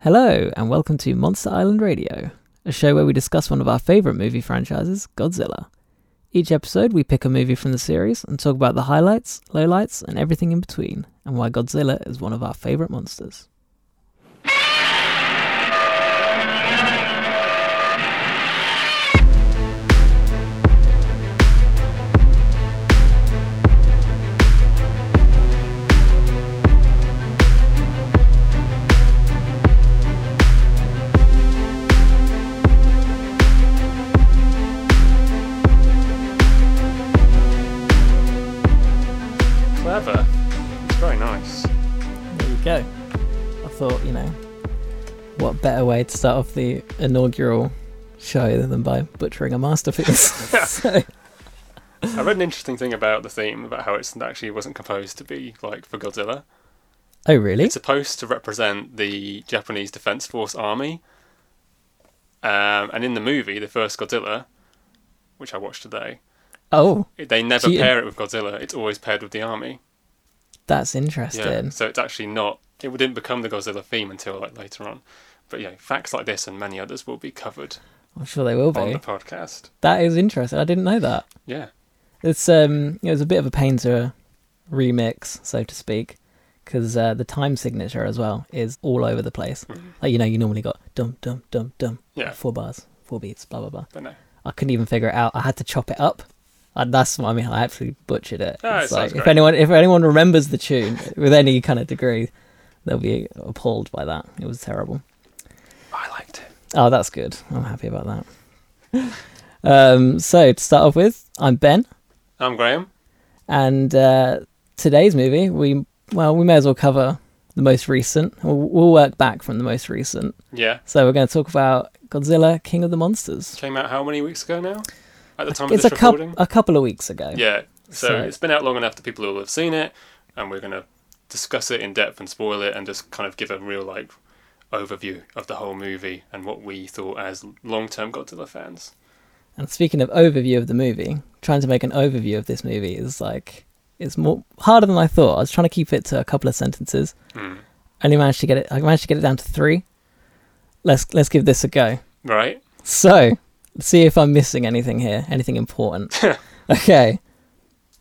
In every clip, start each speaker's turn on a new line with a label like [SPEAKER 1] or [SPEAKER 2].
[SPEAKER 1] Hello, and welcome to Monster Island Radio, a show where we discuss one of our favourite movie franchises, Godzilla. Each episode, we pick a movie from the series and talk about the highlights, lowlights, and everything in between, and why Godzilla is one of our favourite monsters.
[SPEAKER 2] Clever. It's very nice.
[SPEAKER 1] There you go. I thought, you know, what better way to start off the inaugural show than by butchering a masterpiece? so,
[SPEAKER 2] I read an interesting thing about the theme, about how it's actually wasn't composed to be like for Godzilla.
[SPEAKER 1] oh, really?
[SPEAKER 2] It's supposed to represent the Japanese Defense Force Army. Um, and in the movie, the first Godzilla, which I watched today,
[SPEAKER 1] Oh,
[SPEAKER 2] it- they never
[SPEAKER 1] Cheating.
[SPEAKER 2] pair it with Godzilla. It's always paired with the army.
[SPEAKER 1] that's
[SPEAKER 2] Yeah.
[SPEAKER 1] interesting.
[SPEAKER 2] So it's actually not. It didn't become the Godzilla theme until like later on. But yeah, facts like this and many others will be covered
[SPEAKER 1] I'm sure they will
[SPEAKER 2] on
[SPEAKER 1] be.
[SPEAKER 2] the podcast.
[SPEAKER 1] That is interesting. I didn't know that.
[SPEAKER 2] Yeah.
[SPEAKER 1] It's um, it was a bit of a pain to remix, so to speak, because uh, the time signature as well is all over the place. Like you know, you normally got dum dum dum dum,
[SPEAKER 2] Mm-hmm. Yeah.
[SPEAKER 1] four bars, four beats, blah blah blah.
[SPEAKER 2] But no.
[SPEAKER 1] I couldn't even figure it out. I had to chop it up. And that's what I mean. I absolutely butchered it.
[SPEAKER 2] Ah, it
[SPEAKER 1] it's
[SPEAKER 2] sounds
[SPEAKER 1] like if
[SPEAKER 2] great.
[SPEAKER 1] anyone if anyone remembers the tune with any kind of degree, they'll be appalled by that. It was terrible.
[SPEAKER 2] I liked it.
[SPEAKER 1] Oh, that's good. I'm happy about that. um, so to start off with, I'm Ben.
[SPEAKER 2] I'm Graham.
[SPEAKER 1] And uh, today's movie, we well, we may as well cover the most recent. We'll, we'll work back from the most recent.
[SPEAKER 2] Yeah.
[SPEAKER 1] So we're going to talk about Godzilla, King of the Monsters.
[SPEAKER 2] came out how many weeks ago now? At the time
[SPEAKER 1] It's a
[SPEAKER 2] of this
[SPEAKER 1] couple
[SPEAKER 2] recording?
[SPEAKER 1] a couple of weeks ago.
[SPEAKER 2] yeah. So,
[SPEAKER 1] So-
[SPEAKER 2] it's been out long enough that people will have seen it, and we're going to discuss it in depth and spoil it and just kind of give a real, like, overview of the whole movie and what we thought as long term Godzilla fans.
[SPEAKER 1] And speaking of overview of the movie, trying to make an overview of this movie is like it's more harder than I thought. I was trying to keep it to a couple of sentences.
[SPEAKER 2] Hmm.
[SPEAKER 1] Only managed to get it. I managed to get it down to three. Let's let's give this a go.
[SPEAKER 2] Right?
[SPEAKER 1] So, see if I'm missing anything here, anything important. okay.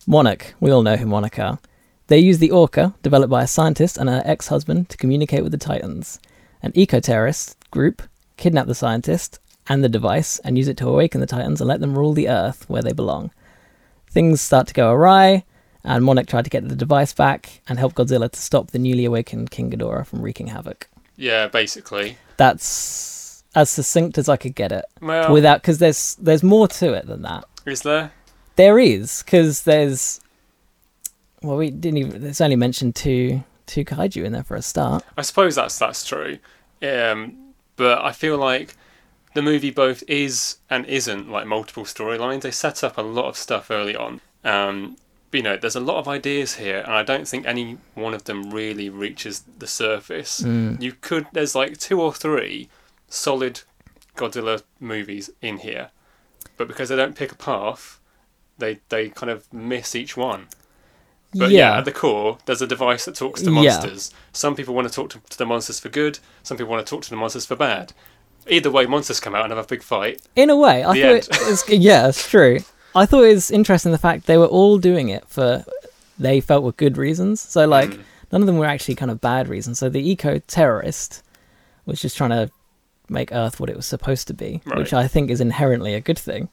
[SPEAKER 1] Monarch. We all know who Monarch are. They use the Orca, developed by a scientist and her ex husband, to communicate with the Titans. An eco terrorist group kidnap the scientist and the device and use it to awaken the Titans and let them rule the Earth where they belong. Things start to go awry, and Monarch tried to get the device back and help Godzilla to stop the newly awakened King Ghidorah from wreaking havoc.
[SPEAKER 2] Yeah, basically.
[SPEAKER 1] That's as succinct as I could get it
[SPEAKER 2] Well,
[SPEAKER 1] without because there's there's more to it than that.
[SPEAKER 2] is there?
[SPEAKER 1] There is because there's well we didn't even there's only mentioned two two kaiju in there for a start.
[SPEAKER 2] I suppose that's that's true. Um, but I feel like the movie both is and isn't like multiple storylines. They set up a lot of stuff early on. Um, but, you know, there's a lot of ideas here, and I don't think any one of them really reaches the surface. You could there's like two or three solid Godzilla movies in here, but because they don't pick a path, they they kind of miss each one. But yeah. at the core, there's a device that talks to
[SPEAKER 1] Yeah.
[SPEAKER 2] monsters. Some people want to talk to, to the monsters for good. Some people want to talk to the monsters for bad. Either way, monsters come out and have a big fight.
[SPEAKER 1] in a way, I
[SPEAKER 2] The
[SPEAKER 1] thought
[SPEAKER 2] end.
[SPEAKER 1] it was, yeah, it's true. I thought it was interesting the fact they were all doing it for they felt were good reasons. So like
[SPEAKER 2] Mm.
[SPEAKER 1] none of them were actually kind of bad reasons. So the eco terrorist was just trying to make Earth what it was supposed to be, which
[SPEAKER 2] Right.
[SPEAKER 1] I think is inherently a good thing.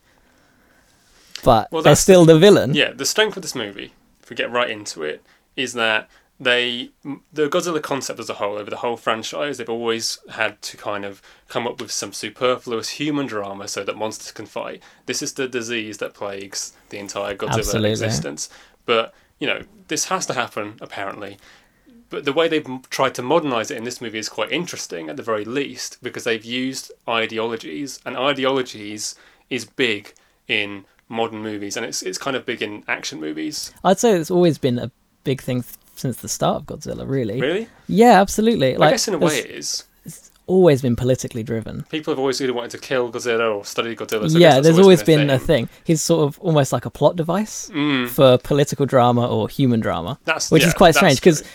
[SPEAKER 1] But
[SPEAKER 2] Well,
[SPEAKER 1] they're
[SPEAKER 2] that's the-
[SPEAKER 1] still the villain.
[SPEAKER 2] Yeah, the strength of this movie, if we get right into it, is that they the Godzilla concept as a whole over the whole franchise, they've always had to kind of come up with some superfluous human drama so that monsters can fight. This is the disease that plagues the entire Godzilla
[SPEAKER 1] Absolutely.
[SPEAKER 2] existence. But you know, this has to happen apparently. But the way they've m- tried to modernise it in this movie is quite interesting, at the very least, because they've used ideologies, and ideologies is big in modern movies, and it's it's kind of big in action movies.
[SPEAKER 1] I'd say it's always been a big thing th- since the start of Godzilla, really.
[SPEAKER 2] Really,
[SPEAKER 1] Yeah, absolutely. Like,
[SPEAKER 2] I guess in a
[SPEAKER 1] it's
[SPEAKER 2] way it is.
[SPEAKER 1] always been politically driven.
[SPEAKER 2] People have always either wanted to kill Godzilla or study Godzilla. So I guess
[SPEAKER 1] yeah,
[SPEAKER 2] that's
[SPEAKER 1] there's always been, a
[SPEAKER 2] thing.
[SPEAKER 1] thing. He's sort of almost like a plot device for political drama or human drama,
[SPEAKER 2] That's
[SPEAKER 1] which
[SPEAKER 2] yeah,
[SPEAKER 1] is quite
[SPEAKER 2] that's
[SPEAKER 1] strange because
[SPEAKER 2] true.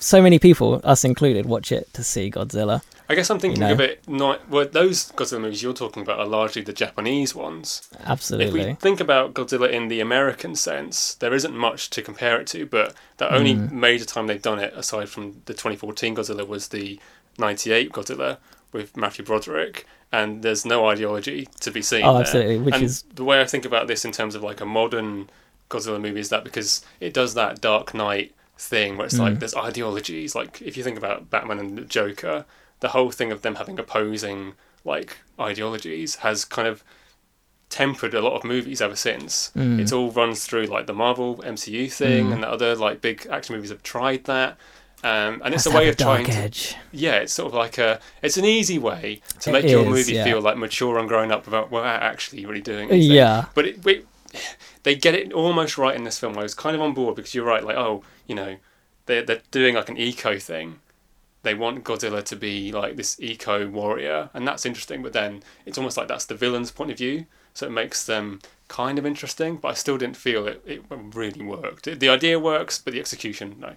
[SPEAKER 1] so many people, us included, watch it to see Godzilla.
[SPEAKER 2] I guess I'm thinking
[SPEAKER 1] know.
[SPEAKER 2] of it not. Well, those Godzilla movies you're talking about are largely the Japanese ones. If we
[SPEAKER 1] Absolutely.
[SPEAKER 2] think about Godzilla in the American sense, there isn't much to compare it to, but the only
[SPEAKER 1] Mm.
[SPEAKER 2] major time they've done it, aside from the 2014 Godzilla, was the 98 Godzilla with Matthew Broderick, and there's no ideology to be seen.
[SPEAKER 1] Oh,
[SPEAKER 2] there.
[SPEAKER 1] absolutely, which
[SPEAKER 2] and
[SPEAKER 1] is-
[SPEAKER 2] the way I think about this in terms of like a modern Godzilla movie is that because it does that Dark Knight thing where it's
[SPEAKER 1] Mm.
[SPEAKER 2] like there's ideologies. Like if you think about Batman and the Joker, the whole thing of them having opposing like ideologies has kind of tempered a lot of movies ever since.
[SPEAKER 1] Mm.
[SPEAKER 2] It's all runs through like the Marvel MCU thing and the other like big action movies have tried that. Um, and it's
[SPEAKER 1] Has to
[SPEAKER 2] a way
[SPEAKER 1] have
[SPEAKER 2] of trying
[SPEAKER 1] dark
[SPEAKER 2] to
[SPEAKER 1] edge.
[SPEAKER 2] yeah, it's sort of like a it's an easy way to
[SPEAKER 1] It
[SPEAKER 2] make your
[SPEAKER 1] is,
[SPEAKER 2] movie
[SPEAKER 1] yeah.
[SPEAKER 2] feel like mature and grown up without without actually really doing anything.
[SPEAKER 1] Yeah.
[SPEAKER 2] But it, we, they get it almost right in this film. I was kind of on board because you're right. Like, oh, you know, they're they're doing like an eco thing. They want Godzilla to be like this eco warrior, and that's interesting. But then it's almost like that's the villain's point of view, so it makes them kind of interesting. But I still didn't feel it. It really worked. The idea works, but the execution, no.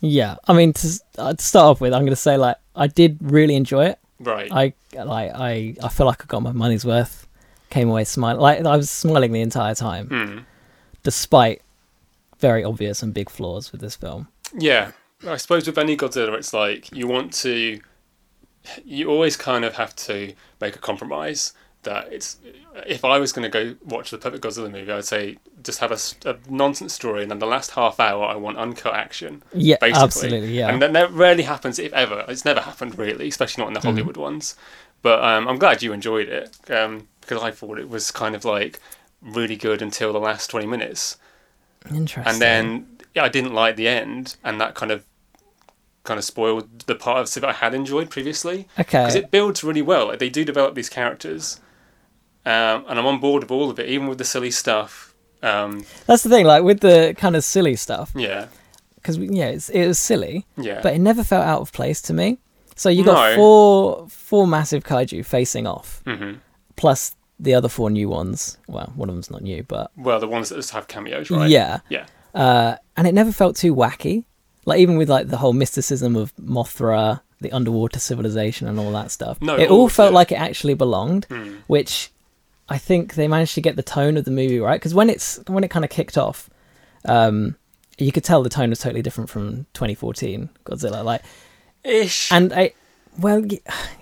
[SPEAKER 1] Yeah. I mean, to, s- uh, to start off with, I'm going to say like I did really enjoy it.
[SPEAKER 2] Right.
[SPEAKER 1] I like I I feel like I got my money's worth. Came away smiling. Like I was smiling the entire time,
[SPEAKER 2] Hmm.
[SPEAKER 1] despite very obvious and big flaws with this film.
[SPEAKER 2] Yeah, I suppose with any Godzilla, it's like you want to, you always kind of have to make a compromise. That it's, if I was going to go watch the perfect Godzilla movie, I'd say just have a, s- a nonsense story, and then the last half hour I want uncut action.
[SPEAKER 1] Yeah,
[SPEAKER 2] basically.
[SPEAKER 1] absolutely. Yeah.
[SPEAKER 2] And that never, rarely happens, if ever. It's never happened really, especially not in the
[SPEAKER 1] Mm-hmm.
[SPEAKER 2] Hollywood ones. But um, I'm glad you enjoyed it um, because I thought it was kind of like really good until the last 20 minutes
[SPEAKER 1] Interesting.
[SPEAKER 2] and then yeah, I didn't like the end, and that kind of kind of spoiled the part of that I had enjoyed previously because
[SPEAKER 1] okay.
[SPEAKER 2] it builds really well. Like, they do develop these characters, um, and I'm on board with all of it, even with the silly stuff. Um,
[SPEAKER 1] That's the thing. Like with the kind of silly stuff,
[SPEAKER 2] yeah,
[SPEAKER 1] because yeah, it's, it was silly,
[SPEAKER 2] yeah,
[SPEAKER 1] but it never felt out of place to me. So you got
[SPEAKER 2] No.
[SPEAKER 1] four four massive kaiju facing off,
[SPEAKER 2] hmm
[SPEAKER 1] plus the other four new ones. Well, one of them's not new, but
[SPEAKER 2] well, the ones that just have cameos, right?
[SPEAKER 1] yeah.
[SPEAKER 2] yeah,
[SPEAKER 1] Uh, and it never felt too wacky. Like even with like the whole mysticism of Mothra, the underwater civilization, and all that stuff.
[SPEAKER 2] No,
[SPEAKER 1] it
[SPEAKER 2] all
[SPEAKER 1] all
[SPEAKER 2] of Hmm.
[SPEAKER 1] felt
[SPEAKER 2] it.
[SPEAKER 1] like it actually belonged, which I think they managed to get the tone of the movie right. Because when it's when it kind of kicked off, um, you could tell the tone was totally different from 2014 Godzilla. Like
[SPEAKER 2] ish.
[SPEAKER 1] and I, well,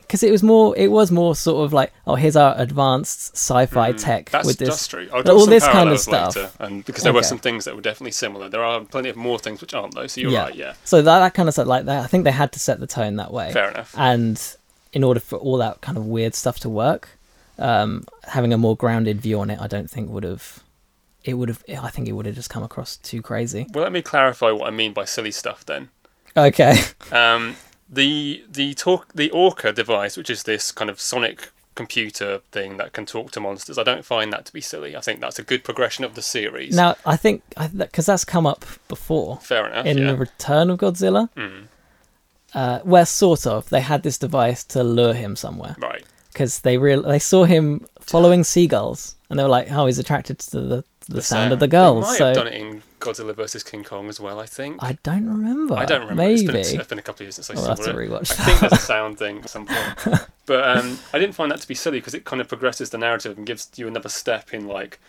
[SPEAKER 1] because it was more, it was more sort of like, oh, here's our advanced sci-fi tech
[SPEAKER 2] Hmm. That's,
[SPEAKER 1] with this.
[SPEAKER 2] that's true. I'll
[SPEAKER 1] like,
[SPEAKER 2] draw
[SPEAKER 1] all
[SPEAKER 2] some
[SPEAKER 1] this kind of
[SPEAKER 2] parallels
[SPEAKER 1] stuff.
[SPEAKER 2] later, and because there were
[SPEAKER 1] Okay.
[SPEAKER 2] some things that were definitely similar. There are plenty of more things which aren't though. So you're right. Yeah,
[SPEAKER 1] So that, that kind of stuff like that. I think they had to set the tone that way.
[SPEAKER 2] fair enough.
[SPEAKER 1] And in order for all that kind of weird stuff to work, um, having a more grounded view on it, I don't think would have. It would have. I think it would have just come across too crazy.
[SPEAKER 2] Well, let me clarify what I mean by silly stuff then.
[SPEAKER 1] Okay.
[SPEAKER 2] Um, the the talk the Orca device, which is this kind of sonic computer thing that can talk to monsters. I don't find that to be silly. I think that's a good progression of the series.
[SPEAKER 1] now I think because that's come up before.
[SPEAKER 2] Fair enough.
[SPEAKER 1] in
[SPEAKER 2] yeah.
[SPEAKER 1] the Return of Godzilla,
[SPEAKER 2] Mm.
[SPEAKER 1] uh, where sort of they had this device to lure him somewhere
[SPEAKER 2] Right.
[SPEAKER 1] because they real they saw him following seagulls and they were like, oh, he's attracted to the the, sound, of the
[SPEAKER 2] They
[SPEAKER 1] gulls.
[SPEAKER 2] might
[SPEAKER 1] So
[SPEAKER 2] have done it in Godzilla versus King Kong as well. I think.
[SPEAKER 1] I don't remember.
[SPEAKER 2] I don't remember. It's
[SPEAKER 1] Maybe
[SPEAKER 2] been, a- it's been a couple of years since I
[SPEAKER 1] I'll
[SPEAKER 2] saw
[SPEAKER 1] have to
[SPEAKER 2] it.
[SPEAKER 1] rewatch
[SPEAKER 2] I
[SPEAKER 1] that.
[SPEAKER 2] think there's a sound thing at some point. But um, I didn't find that to be silly because it kind of progresses the narrative and gives you another step in like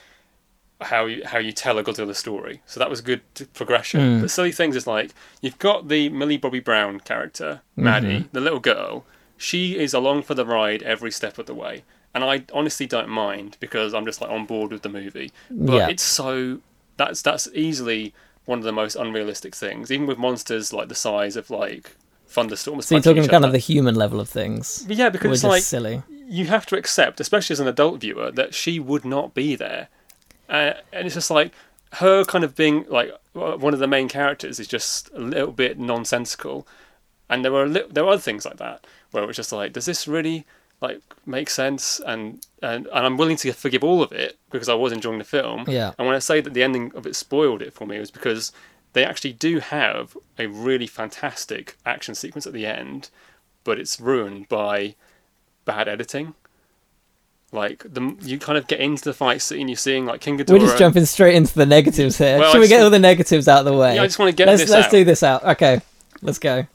[SPEAKER 2] how you how you tell a Godzilla story. So that was good t- progression.
[SPEAKER 1] Mm.
[SPEAKER 2] But silly things is like you've got the Millie Bobby Brown character,
[SPEAKER 1] Mm-hmm.
[SPEAKER 2] Maddie, the little girl. She is along for the ride every step of the way, and I honestly don't mind because I'm just like on board with the movie. But
[SPEAKER 1] Yeah.
[SPEAKER 2] it's so that's that's easily one of the most unrealistic things, even with monsters like the size of like thunderstorms.
[SPEAKER 1] So you're
[SPEAKER 2] punching
[SPEAKER 1] talking
[SPEAKER 2] each
[SPEAKER 1] kind
[SPEAKER 2] other.
[SPEAKER 1] of the human level of things,
[SPEAKER 2] But Yeah, because
[SPEAKER 1] which
[SPEAKER 2] it's
[SPEAKER 1] is
[SPEAKER 2] like
[SPEAKER 1] silly.
[SPEAKER 2] you have to accept, especially as an adult viewer, that she would not be there, uh, and it's just like her kind of being like w- one of the main characters is just a little bit nonsensical, and there were li- there were other things like that where it was just like, does this really like make sense? And and and I'm willing to forgive all of it because I was enjoying the film.
[SPEAKER 1] Yeah.
[SPEAKER 2] And when I say that the ending of it spoiled it for me, it was because they actually do have a really fantastic action sequence at the end, but it's ruined by bad editing. Like the you kind of get into the fight scene, you're seeing like King Ghidorah.
[SPEAKER 1] We're just jumping straight into the negatives here.
[SPEAKER 2] Well, I
[SPEAKER 1] Should we
[SPEAKER 2] just
[SPEAKER 1] get
[SPEAKER 2] wa-
[SPEAKER 1] all the negatives out of the way?
[SPEAKER 2] Yeah, I just wanna get
[SPEAKER 1] let's,
[SPEAKER 2] this
[SPEAKER 1] Let's
[SPEAKER 2] out.
[SPEAKER 1] do this out. Okay. Let's go.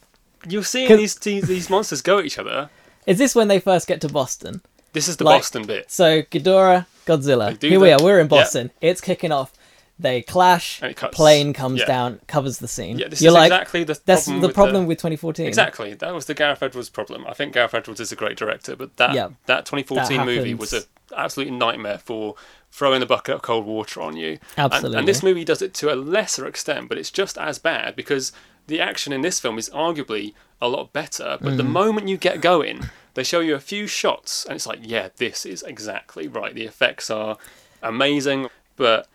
[SPEAKER 2] You're seeing
[SPEAKER 1] 'Cause-
[SPEAKER 2] these, these these monsters go at each other.
[SPEAKER 1] Is this when they first get to Boston?
[SPEAKER 2] This is the
[SPEAKER 1] Like-
[SPEAKER 2] Boston bit,
[SPEAKER 1] So Ghidorah, Godzilla.
[SPEAKER 2] do
[SPEAKER 1] Here we
[SPEAKER 2] that.
[SPEAKER 1] are. We're in
[SPEAKER 2] Yeah.
[SPEAKER 1] Boston. It's kicking off. They clash.
[SPEAKER 2] and it cuts.
[SPEAKER 1] Plane comes
[SPEAKER 2] Yeah.
[SPEAKER 1] down, covers the scene.
[SPEAKER 2] Yeah, this
[SPEAKER 1] You're
[SPEAKER 2] is
[SPEAKER 1] like,
[SPEAKER 2] exactly the
[SPEAKER 1] that's
[SPEAKER 2] problem.
[SPEAKER 1] the
[SPEAKER 2] with
[SPEAKER 1] problem with 2014.
[SPEAKER 2] Exactly, that was the Gareth Edwards problem. I think Gareth Edwards is a great director, but that
[SPEAKER 1] Yeah.
[SPEAKER 2] that 2014
[SPEAKER 1] That
[SPEAKER 2] movie was an
[SPEAKER 1] happens.
[SPEAKER 2] absolute nightmare for throwing a bucket of cold water on you. And-
[SPEAKER 1] Absolutely.
[SPEAKER 2] and this movie does it to a lesser extent, but it's just as bad because the action in this film is arguably a lot better. But the
[SPEAKER 1] Mm.
[SPEAKER 2] moment you get going, they show you a few shots, and it's like, yeah, this is exactly right. The effects are amazing, but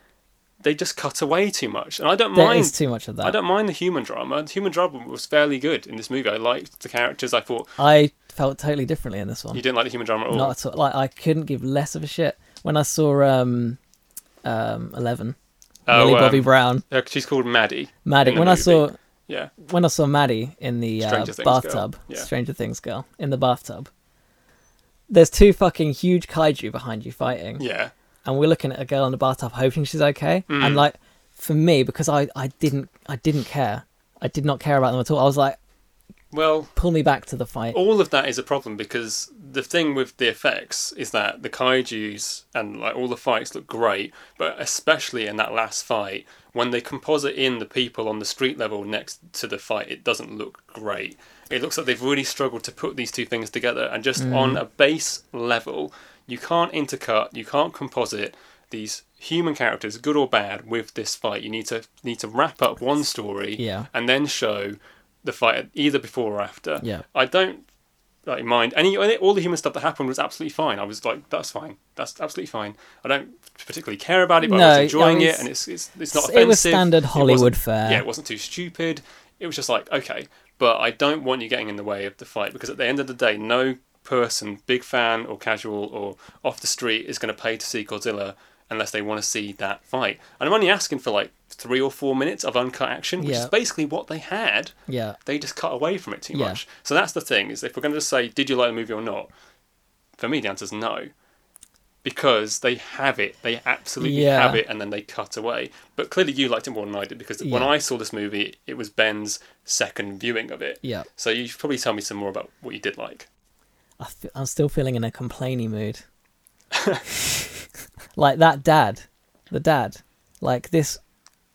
[SPEAKER 2] they just cut away too much, and I don't
[SPEAKER 1] There
[SPEAKER 2] mind
[SPEAKER 1] is too much of that.
[SPEAKER 2] I don't mind the human drama. The human drama was fairly good in this movie. I liked the characters. I thought
[SPEAKER 1] I felt totally differently in this one.
[SPEAKER 2] you didn't like the human drama at all.
[SPEAKER 1] Not at all. Like I couldn't give less of a shit when I saw um, um, Eleven,
[SPEAKER 2] Oh,
[SPEAKER 1] Millie Bobby
[SPEAKER 2] um,
[SPEAKER 1] Brown,
[SPEAKER 2] yeah, she's called Maddie.
[SPEAKER 1] Maddie.
[SPEAKER 2] in the
[SPEAKER 1] When I saw
[SPEAKER 2] movie. Yeah,
[SPEAKER 1] when I saw Maddie in the uh,
[SPEAKER 2] Stranger Things girl.
[SPEAKER 1] bathtub,
[SPEAKER 2] Yeah.
[SPEAKER 1] Stranger Things girl in the bathtub. There's two fucking huge kaiju behind you fighting,
[SPEAKER 2] yeah.
[SPEAKER 1] and we're looking at a girl in the bathtub, hoping she's okay.
[SPEAKER 2] Mm.
[SPEAKER 1] And like for me, because I I didn't I didn't care. I did not care about them at all. I was like,
[SPEAKER 2] Well,
[SPEAKER 1] pull me back to the fight.
[SPEAKER 2] all of that is a problem because the thing with the effects is that the kaiju's and like all the fights look great, but especially in that last fight when they composite in the people on the street level next to the fight, it doesn't look great. It looks like they've really struggled to put these two things together, and just
[SPEAKER 1] Mm.
[SPEAKER 2] on a base level, you can't intercut, you can't composite these human characters, good or bad, with this fight. You need to need to wrap up one story
[SPEAKER 1] Yeah.
[SPEAKER 2] and then show the fight either before or after.
[SPEAKER 1] Yeah.
[SPEAKER 2] I don't like mind any all the human stuff that happened was absolutely fine. I was like, that's fine, that's absolutely fine. I don't particularly care about it, but I was
[SPEAKER 1] No,
[SPEAKER 2] enjoying
[SPEAKER 1] I mean,
[SPEAKER 2] it, and it's it's it's not offensive.
[SPEAKER 1] it was standard
[SPEAKER 2] It wasn't-
[SPEAKER 1] Hollywood fare.
[SPEAKER 2] yeah, it wasn't too stupid. It was just like okay, but I don't want you getting in the way of the fight because at the end of the day, no person, big fan or casual or off the street, is going to pay to see Godzilla unless they want to see that fight. And I'm only asking for like three or four minutes of uncut action, which
[SPEAKER 1] Yeah.
[SPEAKER 2] is basically what they had
[SPEAKER 1] yeah.
[SPEAKER 2] they just cut away from it too
[SPEAKER 1] Yeah.
[SPEAKER 2] much. So that's the thing is if we're going to just say did you like the movie or not, for me the answer is no, because they have it, they absolutely
[SPEAKER 1] Yeah.
[SPEAKER 2] have it, and then they cut away. But clearly you liked it more than I did because when
[SPEAKER 1] Yeah.
[SPEAKER 2] I saw this movie, it was Ben's second viewing of it.
[SPEAKER 1] Yeah.
[SPEAKER 2] So you should probably tell me some more about what you did like.
[SPEAKER 1] I f- I'm still feeling in a complainy mood. like that dad, the dad, like this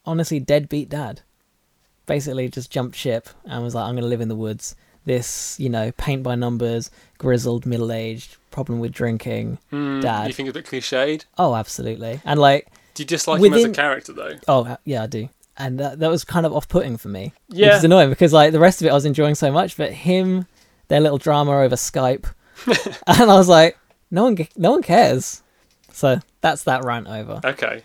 [SPEAKER 1] honestly deadbeat dad, basically just jumped ship and was like, I'm going to live in the woods. This, you know, paint by numbers, grizzled, middle aged, problem with drinking.
[SPEAKER 2] Hmm,
[SPEAKER 1] Dad.
[SPEAKER 2] You think it's a bit cliched?
[SPEAKER 1] Oh, absolutely. And like,
[SPEAKER 2] Do you dislike him
[SPEAKER 1] Within-
[SPEAKER 2] as a character though?
[SPEAKER 1] oh, ha- yeah, I do. And that, that was kind of off putting for me. Which
[SPEAKER 2] Yeah.
[SPEAKER 1] is annoying because like the rest of it I was enjoying so much, but him, their little drama over Skype, and I was like, no one, g- no one cares. So that's that rant over.
[SPEAKER 2] Okay.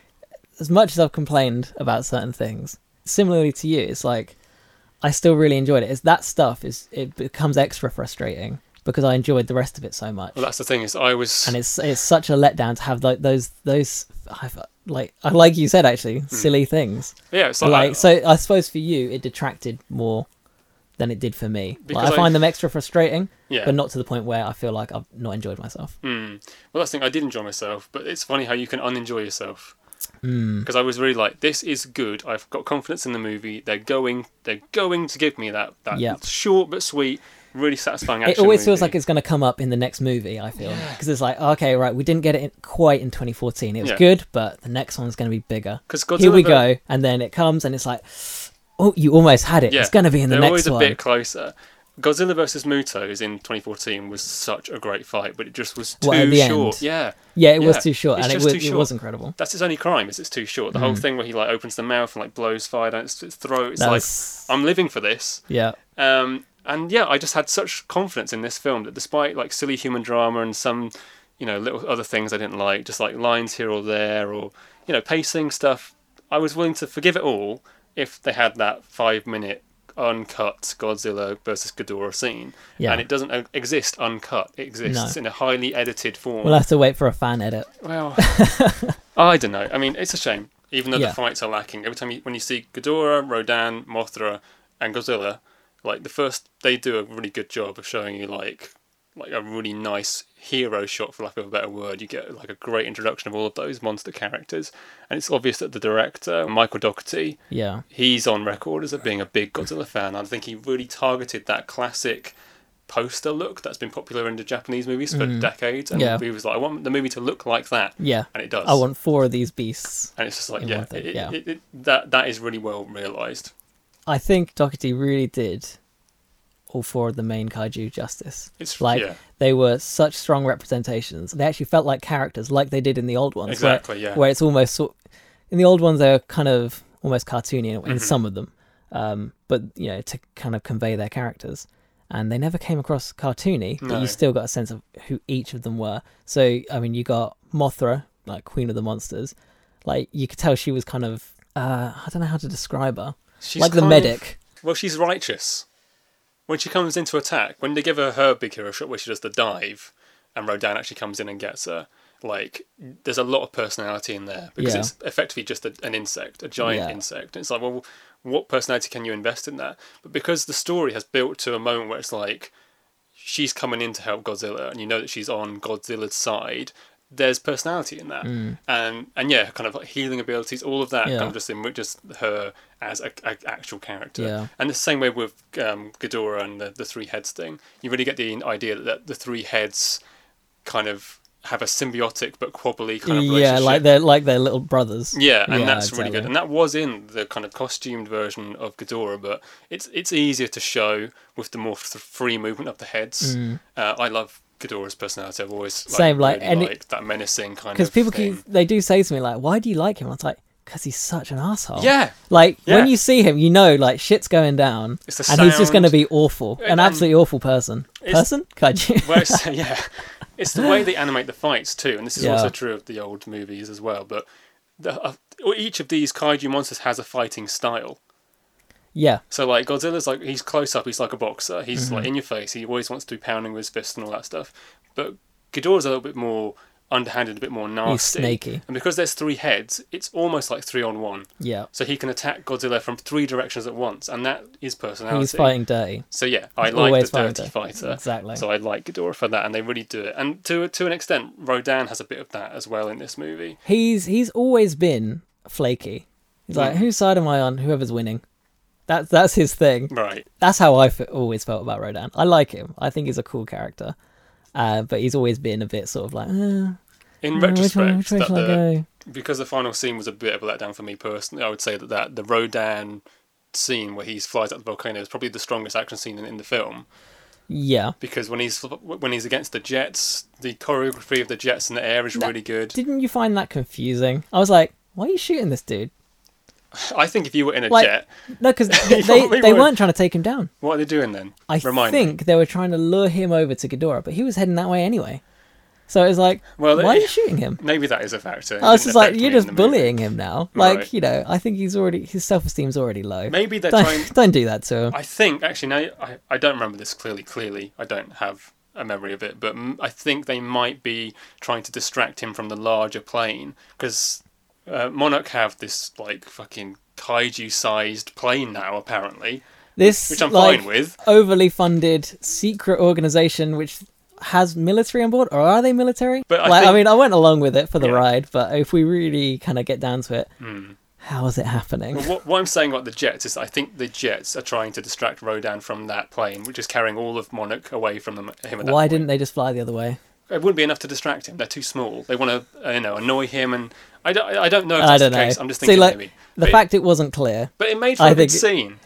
[SPEAKER 1] As much as I've complained about certain things, similarly to you, it's like I still really enjoyed it. It's that stuff is it becomes extra frustrating because I enjoyed the rest of it so much,
[SPEAKER 2] Well, that's the thing is I was.
[SPEAKER 1] and it's it's such a letdown to have like those those I've, like I like you said actually
[SPEAKER 2] Hmm.
[SPEAKER 1] silly things
[SPEAKER 2] yeah, it's
[SPEAKER 1] like,
[SPEAKER 2] like,
[SPEAKER 1] so I suppose for you it detracted more than it did for me. Like,
[SPEAKER 2] Because
[SPEAKER 1] I
[SPEAKER 2] I-
[SPEAKER 1] find them extra frustrating,
[SPEAKER 2] yeah.
[SPEAKER 1] but not to the point where I feel like I've not enjoyed myself.
[SPEAKER 2] Mm. Well, that's the thing. I did enjoy myself, but it's funny how you can unenjoy yourself.
[SPEAKER 1] Hmm.
[SPEAKER 2] Because I was really like, this is good. I've got confidence in the movie. They're going. They're going to give me that. That
[SPEAKER 1] Yeah.
[SPEAKER 2] short but sweet, really satisfying
[SPEAKER 1] It
[SPEAKER 2] action.
[SPEAKER 1] always feels
[SPEAKER 2] movie.
[SPEAKER 1] like it's going to come up in the next movie. I feel because it's like okay, right, we didn't get it in, quite in 2014. It was
[SPEAKER 2] Yeah.
[SPEAKER 1] good, but the next one's going to be bigger.
[SPEAKER 2] 'Cause Godzilla
[SPEAKER 1] Here we
[SPEAKER 2] the-
[SPEAKER 1] go, and then it comes, and it's like, oh, you almost had it.
[SPEAKER 2] Yeah,
[SPEAKER 1] It's going to be in the
[SPEAKER 2] they're
[SPEAKER 1] next
[SPEAKER 2] always
[SPEAKER 1] one.
[SPEAKER 2] a bit closer. Godzilla versus Mutos in 2014 was such a great fight, but it just was too
[SPEAKER 1] What, at the end?
[SPEAKER 2] short. Yeah,
[SPEAKER 1] yeah, it was
[SPEAKER 2] yeah,
[SPEAKER 1] too short,
[SPEAKER 2] it's
[SPEAKER 1] and it
[SPEAKER 2] just
[SPEAKER 1] was
[SPEAKER 2] too
[SPEAKER 1] it was
[SPEAKER 2] short.
[SPEAKER 1] incredible.
[SPEAKER 2] that's his only crime is it's too short. The whole thing where he like opens the mouth and like blows fire down its, its throat. It's
[SPEAKER 1] Hmm. That
[SPEAKER 2] like um,
[SPEAKER 1] was-
[SPEAKER 2] I'm living for this.
[SPEAKER 1] yeah,
[SPEAKER 2] Um, and yeah, I just had such confidence in this film that despite like silly human drama and some, you know, little other things I didn't like, just like lines here or there or, you know, pacing stuff, I was willing to forgive it all if they had that five minute uncut Godzilla versus Ghidorah scene.
[SPEAKER 1] Yeah.
[SPEAKER 2] And it doesn't uh, exist uncut, it exists
[SPEAKER 1] No.
[SPEAKER 2] in a highly edited form.
[SPEAKER 1] we'll have to wait for a fan edit.
[SPEAKER 2] Well, I don't know. I mean, it's a shame. Even though
[SPEAKER 1] Yeah.
[SPEAKER 2] the fights are lacking, every time you when you see Ghidorah, Rodan, Mothra, and Godzilla, like the first, they do a really good job of showing you like like a really nice hero shot, for lack of a better word. You get like a great introduction of all of those monster characters, and it's obvious that the director Michael Dougherty,
[SPEAKER 1] Yeah.
[SPEAKER 2] he's on record as being a big Godzilla fan. I think he really targeted that classic poster look that's been popular in the Japanese movies for decades, and
[SPEAKER 1] Mm. Yeah.
[SPEAKER 2] he was like, I want the movie to look like that,
[SPEAKER 1] Yeah.
[SPEAKER 2] and it does.
[SPEAKER 1] I want four of these beasts.
[SPEAKER 2] and it's just like
[SPEAKER 1] Oh, in
[SPEAKER 2] yeah,
[SPEAKER 1] one thing,
[SPEAKER 2] it-
[SPEAKER 1] yeah.
[SPEAKER 2] it- it- that that is really well realized.
[SPEAKER 1] I think Doherty really did all four of the main kaiju justice.
[SPEAKER 2] It's
[SPEAKER 1] Like
[SPEAKER 2] yeah,
[SPEAKER 1] they were such strong representations. They actually felt like characters, like they did in the old ones. where-
[SPEAKER 2] Exactly, yeah.
[SPEAKER 1] Where it's almost sort in the old ones they're kind of almost cartoony in, a way,
[SPEAKER 2] Mm-hmm.
[SPEAKER 1] in some of them, um, but you know to kind of convey their characters, and they never came across cartoony. But
[SPEAKER 2] No.
[SPEAKER 1] you still got a sense of who each of them were. So I mean, you got Mothra, like Queen of the Monsters, like you could tell she was kind of uh, I don't know how to describe her,
[SPEAKER 2] she's
[SPEAKER 1] like the
[SPEAKER 2] kind of-
[SPEAKER 1] medic.
[SPEAKER 2] Well, she's righteous. When she comes into attack, when they give her her big hero shot where she does the dive, and Rodan actually comes in and gets her, like, there's a lot of personality in there because
[SPEAKER 1] Yeah.
[SPEAKER 2] it's effectively just a, an insect, a giant
[SPEAKER 1] Yeah.
[SPEAKER 2] insect. And it's like, well, what personality can you invest in that? But because the story has built to a moment where it's like, she's coming in to help Godzilla, and you know that she's on Godzilla's side. There's personality in that, and and yeah, kind of like healing abilities, all of that
[SPEAKER 1] Mm. Yeah.
[SPEAKER 2] kind of just enriches her as a, a actual character.
[SPEAKER 1] Yeah.
[SPEAKER 2] And the same way with um, Ghidorah and the, the three heads thing, you really get the idea that the three heads kind of have a symbiotic but quabbly kind of relationship.
[SPEAKER 1] yeah, like they're like their little brothers.
[SPEAKER 2] Yeah, and
[SPEAKER 1] Yeah,
[SPEAKER 2] that's really
[SPEAKER 1] exactly.
[SPEAKER 2] good. And that was in the kind of costumed version of Ghidorah, but it's it's easier to show with the more th- free movement of the heads. Uh, I love Ghidorah's personality. I've always like,
[SPEAKER 1] Mm. Same, like,
[SPEAKER 2] really
[SPEAKER 1] and it-
[SPEAKER 2] liked that menacing kind of
[SPEAKER 1] because people
[SPEAKER 2] thing.
[SPEAKER 1] keep they do say to me like why do you like him i was like because he's such an asshole
[SPEAKER 2] Yeah.
[SPEAKER 1] like when
[SPEAKER 2] Yeah.
[SPEAKER 1] you see him you know like shit's going down
[SPEAKER 2] It's the
[SPEAKER 1] and he's just going to be
[SPEAKER 2] sound.
[SPEAKER 1] awful an
[SPEAKER 2] And- um,
[SPEAKER 1] absolutely awful person
[SPEAKER 2] It's-
[SPEAKER 1] person kaiju
[SPEAKER 2] Well, it's, yeah, it's the way they animate the fights too, and this is
[SPEAKER 1] Yeah.
[SPEAKER 2] also true of the old movies as well. But the, uh, each of these kaiju monsters has a fighting style.
[SPEAKER 1] yeah
[SPEAKER 2] So like Godzilla's like he's close up, he's like a boxer, he's
[SPEAKER 1] Mm-hmm.
[SPEAKER 2] like in your face, he always wants to be pounding with his fists and all that stuff. But Ghidorah's a little bit more underhanded, a bit more nasty.
[SPEAKER 1] snaky.
[SPEAKER 2] And because there's three heads, it's almost like three on one.
[SPEAKER 1] yeah
[SPEAKER 2] So he can attack Godzilla from three directions at once, and that is personality.
[SPEAKER 1] he's fighting dirty
[SPEAKER 2] So yeah, I
[SPEAKER 1] He's
[SPEAKER 2] like
[SPEAKER 1] always
[SPEAKER 2] the dirty
[SPEAKER 1] fighter.
[SPEAKER 2] fighter.
[SPEAKER 1] Exactly.
[SPEAKER 2] So I like Ghidorah for that, and they really do it. And to to an extent, Rodan has a bit of that as well in this movie.
[SPEAKER 1] he's he's always been flaky he's like
[SPEAKER 2] Mm.
[SPEAKER 1] whose side am i on whoever's winning that's that's his thing
[SPEAKER 2] Right.
[SPEAKER 1] that's how I f- always felt about Rodan. I like him. I think he's a cool character, uh, but he's always been a bit sort of like, uh,
[SPEAKER 2] In
[SPEAKER 1] which
[SPEAKER 2] retrospect,
[SPEAKER 1] one, which way
[SPEAKER 2] that
[SPEAKER 1] shall I
[SPEAKER 2] the-
[SPEAKER 1] go?
[SPEAKER 2] because the final scene was a bit of a letdown for me personally, I would say that, that the Rodan scene where he flies up the volcano is probably the strongest action scene in, in the film
[SPEAKER 1] Yeah,
[SPEAKER 2] because when he's when he's against the jets, the choreography of the jets in the air is really good.
[SPEAKER 1] Didn't you find that confusing? I was like, why are you shooting this dude?
[SPEAKER 2] I think if you were in a
[SPEAKER 1] Like-
[SPEAKER 2] jet,
[SPEAKER 1] No, because they, they,
[SPEAKER 2] probably
[SPEAKER 1] they
[SPEAKER 2] would.
[SPEAKER 1] weren't trying to take him down.
[SPEAKER 2] what are they doing then?
[SPEAKER 1] I
[SPEAKER 2] Remind me.
[SPEAKER 1] think they were trying to lure him over to Ghidorah, but he was heading that way anyway. So it was like,
[SPEAKER 2] Well,
[SPEAKER 1] why are
[SPEAKER 2] it-
[SPEAKER 1] you shooting him?
[SPEAKER 2] Maybe that is a factor. It
[SPEAKER 1] I was
[SPEAKER 2] didn't
[SPEAKER 1] just like,
[SPEAKER 2] affect
[SPEAKER 1] you're
[SPEAKER 2] me in
[SPEAKER 1] just
[SPEAKER 2] the movie.
[SPEAKER 1] bullying him now. Like,
[SPEAKER 2] Right.
[SPEAKER 1] you know, I think he's already, his self esteem's already low.
[SPEAKER 2] Maybe they're
[SPEAKER 1] don't,
[SPEAKER 2] trying.
[SPEAKER 1] don't do that to him.
[SPEAKER 2] I think actually now I, I don't remember this clearly. Clearly, I don't have a memory of it, but mm, I think they might be trying to distract him from the larger plane because uh, Monarch have this like fucking kaiju-sized plane now apparently,
[SPEAKER 1] this,
[SPEAKER 2] which I'm
[SPEAKER 1] like,
[SPEAKER 2] fine with.
[SPEAKER 1] overly funded secret organization which has military on board, or are they military?
[SPEAKER 2] But I
[SPEAKER 1] like, I
[SPEAKER 2] think-
[SPEAKER 1] mean, I went along with it for the
[SPEAKER 2] Yeah. Hmm.
[SPEAKER 1] ride, but if we really kind of get down to it, how is it happening?
[SPEAKER 2] But what, what I'm saying about the jets is I think the jets are trying to distract Rodan from that plane, which is carrying all of Monarch away from them, him. At that
[SPEAKER 1] Why
[SPEAKER 2] point.
[SPEAKER 1] didn't they just fly the other way?
[SPEAKER 2] it wouldn't be enough to distract him. They're too small. They want to, you know, annoy him, and I don't, I don't know if that's
[SPEAKER 1] I don't
[SPEAKER 2] the
[SPEAKER 1] know.
[SPEAKER 2] case. I'm just
[SPEAKER 1] See,
[SPEAKER 2] thinking
[SPEAKER 1] like,
[SPEAKER 2] maybe
[SPEAKER 1] The
[SPEAKER 2] But-
[SPEAKER 1] fact it wasn't clear.
[SPEAKER 2] But it made for
[SPEAKER 1] I
[SPEAKER 2] a
[SPEAKER 1] think-
[SPEAKER 2] good scene.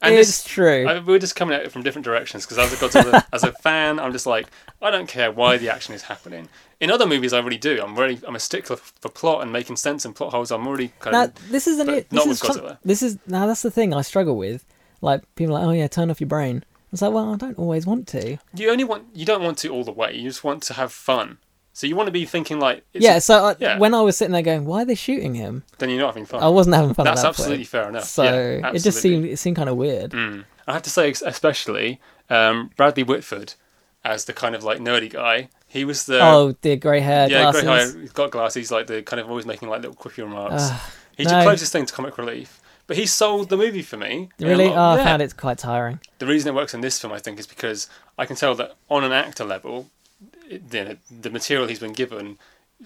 [SPEAKER 2] And
[SPEAKER 1] it's
[SPEAKER 2] this,
[SPEAKER 1] true.
[SPEAKER 2] I, we're just coming at it from different directions because as a Godzilla, as a fan, I'm just like, I don't care why the action is happening. In other movies, I really do. I'm really, I'm a stickler f- for plot and making sense and plot holes. I'm already kind
[SPEAKER 1] Now,
[SPEAKER 2] of
[SPEAKER 1] this isn't
[SPEAKER 2] but
[SPEAKER 1] it. This
[SPEAKER 2] not
[SPEAKER 1] is
[SPEAKER 2] with
[SPEAKER 1] some-
[SPEAKER 2] Godzilla.
[SPEAKER 1] this is now that's the thing I struggle with. Like people are like, oh yeah, turn off your brain. It's like, well, I don't always want to.
[SPEAKER 2] you only want, you don't want to all the way. You just want to have fun. So you want to be thinking like, it's
[SPEAKER 1] yeah. So I,
[SPEAKER 2] yeah.
[SPEAKER 1] when I was sitting there going, why are they shooting him?
[SPEAKER 2] then you're not having fun.
[SPEAKER 1] I wasn't having fun. at
[SPEAKER 2] That's
[SPEAKER 1] that
[SPEAKER 2] absolutely
[SPEAKER 1] point.
[SPEAKER 2] fair enough.
[SPEAKER 1] So
[SPEAKER 2] Yeah,
[SPEAKER 1] it just
[SPEAKER 2] absolutely.
[SPEAKER 1] seemed it seemed kind of weird.
[SPEAKER 2] Mm. I have to say, ex- especially um, Bradley Whitford as the kind of like nerdy guy. He was the
[SPEAKER 1] oh, the grey hair
[SPEAKER 2] yeah,
[SPEAKER 1] glasses.
[SPEAKER 2] great guy. He's got glasses, like the kind of always making like little quippy remarks.
[SPEAKER 1] Ugh,
[SPEAKER 2] He's
[SPEAKER 1] no.
[SPEAKER 2] the closest thing to comic relief. But he sold the movie for me. in a
[SPEAKER 1] Really?
[SPEAKER 2] lot-
[SPEAKER 1] Oh, I
[SPEAKER 2] yeah.
[SPEAKER 1] found it quite tiring.
[SPEAKER 2] The reason it works in this film, I think, is because I I can tell that on an actor level, it, you know, the material he's been given,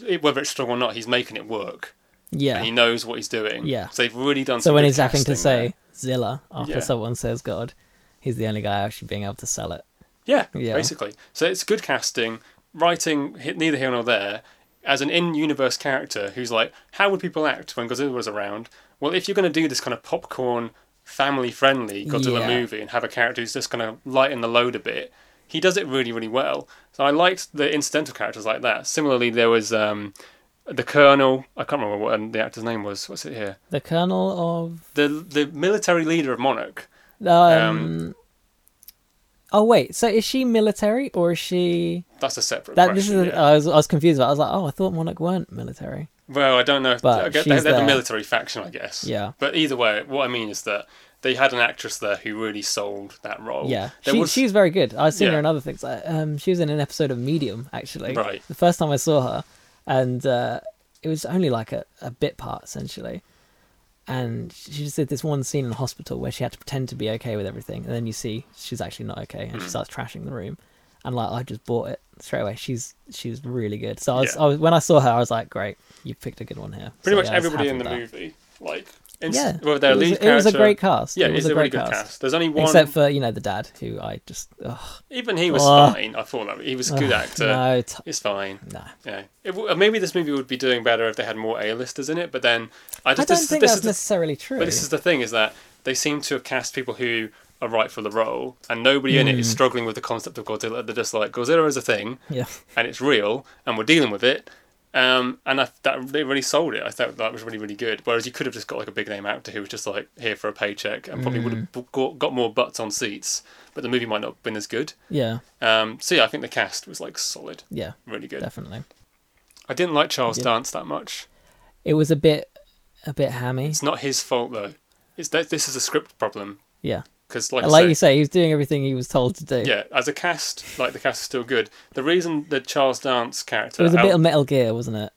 [SPEAKER 2] it, whether it's strong or not, he's making it work.
[SPEAKER 1] Yeah.
[SPEAKER 2] And he knows what he's doing.
[SPEAKER 1] Yeah.
[SPEAKER 2] So they've really done.
[SPEAKER 1] so
[SPEAKER 2] some
[SPEAKER 1] when
[SPEAKER 2] good
[SPEAKER 1] he's having to
[SPEAKER 2] casting there.
[SPEAKER 1] say Zilla after
[SPEAKER 2] Yeah.
[SPEAKER 1] someone says God, he's the only guy actually being able to sell it.
[SPEAKER 2] Yeah,
[SPEAKER 1] Yeah.
[SPEAKER 2] basically. So it's good casting, writing hi- neither here nor there, as an in universe character who's like, how would people act when Godzilla was around? Well, if you're going to do this kind of popcorn, family friendly Godzilla
[SPEAKER 1] Yeah.
[SPEAKER 2] movie and have a character who's just going to lighten the load a bit, he does it really, really well. So I liked the incidental characters like that. Similarly, there was um, the Colonel, I can't remember what um, the actor's name was. What's it here?
[SPEAKER 1] The Colonel of
[SPEAKER 2] The, the military leader of Monarch.
[SPEAKER 1] um, Oh wait, so is she military or is she
[SPEAKER 2] That's a separate
[SPEAKER 1] that
[SPEAKER 2] question.
[SPEAKER 1] this is uh, a I
[SPEAKER 2] yeah.
[SPEAKER 1] I was I was confused about it. I was like, Oh, I thought Monarch weren't military.
[SPEAKER 2] Well, I don't know. If
[SPEAKER 1] But
[SPEAKER 2] I guess they're,
[SPEAKER 1] she's
[SPEAKER 2] they're the
[SPEAKER 1] there.
[SPEAKER 2] military faction, I guess.
[SPEAKER 1] Yeah.
[SPEAKER 2] But either way, what I mean is that they had an actress there who really sold that role.
[SPEAKER 1] Yeah,
[SPEAKER 2] Oh, There
[SPEAKER 1] she,
[SPEAKER 2] was-
[SPEAKER 1] she's very good. I've seen her
[SPEAKER 2] Yeah.
[SPEAKER 1] in other things. I- Um, she was in an episode of Medium actually.
[SPEAKER 2] Right.
[SPEAKER 1] The first time I saw her, and uh, it was only like a, a bit part essentially. And she just did this one scene in the hospital where she had to pretend to be okay with everything, and then you see she's actually not okay,
[SPEAKER 2] Mm.
[SPEAKER 1] and she starts trashing the room. And like I just bought it straight away. She's she's really good. So I was,
[SPEAKER 2] Yeah.
[SPEAKER 1] I was when I saw her, I was like, great, you picked a good one here. So,
[SPEAKER 2] pretty much
[SPEAKER 1] yeah, I was
[SPEAKER 2] everybody
[SPEAKER 1] happy
[SPEAKER 2] in the
[SPEAKER 1] with that.
[SPEAKER 2] movie. Like, in,
[SPEAKER 1] Yeah,
[SPEAKER 2] well, their
[SPEAKER 1] it, was,
[SPEAKER 2] lead
[SPEAKER 1] it
[SPEAKER 2] character.
[SPEAKER 1] was a great cast.
[SPEAKER 2] Yeah,
[SPEAKER 1] it was
[SPEAKER 2] it's a,
[SPEAKER 1] great
[SPEAKER 2] really good cast. There's only one.
[SPEAKER 1] Except for you know the dad, who I just ugh,
[SPEAKER 2] even he was
[SPEAKER 1] Oh.
[SPEAKER 2] fine. I thought that he was a good
[SPEAKER 1] Ugh,
[SPEAKER 2] actor.
[SPEAKER 1] No, t-
[SPEAKER 2] It's fine.
[SPEAKER 1] no.
[SPEAKER 2] Yeah. It, w- maybe this movie would be doing better if they had more A-listers in it. But then, I
[SPEAKER 1] I
[SPEAKER 2] just
[SPEAKER 1] don't
[SPEAKER 2] this,
[SPEAKER 1] think
[SPEAKER 2] this
[SPEAKER 1] that's
[SPEAKER 2] is the
[SPEAKER 1] necessarily true.
[SPEAKER 2] But this is the thing: is that they seem to have cast people who are right for the role, and nobody in it is struggling with the concept of Godzilla. They're just like Godzilla is a thing,
[SPEAKER 1] yeah,
[SPEAKER 2] and it's real, and we're dealing with it. Um, and I, that they really sold it. I thought that was really really good. Whereas you could have just got like a big name actor who was just like here for a paycheck, and probably would have b- got, got more butts on seats, but the movie might not have been as good.
[SPEAKER 1] yeah,
[SPEAKER 2] Um, so yeah, I think the cast was like solid,
[SPEAKER 1] yeah,
[SPEAKER 2] really good.
[SPEAKER 1] definitely.
[SPEAKER 2] I didn't like Charles
[SPEAKER 1] Yeah.
[SPEAKER 2] Dance that much.
[SPEAKER 1] It was a bit, a bit hammy.
[SPEAKER 2] It's not his fault though. It's that this is a script problem
[SPEAKER 1] Yeah,
[SPEAKER 2] because
[SPEAKER 1] like,
[SPEAKER 2] like, I say-
[SPEAKER 1] you say, he was doing everything he was told to do.
[SPEAKER 2] yeah, as a cast, like the cast is still good. The reason the Charles Dance
[SPEAKER 1] it
[SPEAKER 2] character,
[SPEAKER 1] was a bit
[SPEAKER 2] Al-
[SPEAKER 1] of Metal Gear, wasn't it?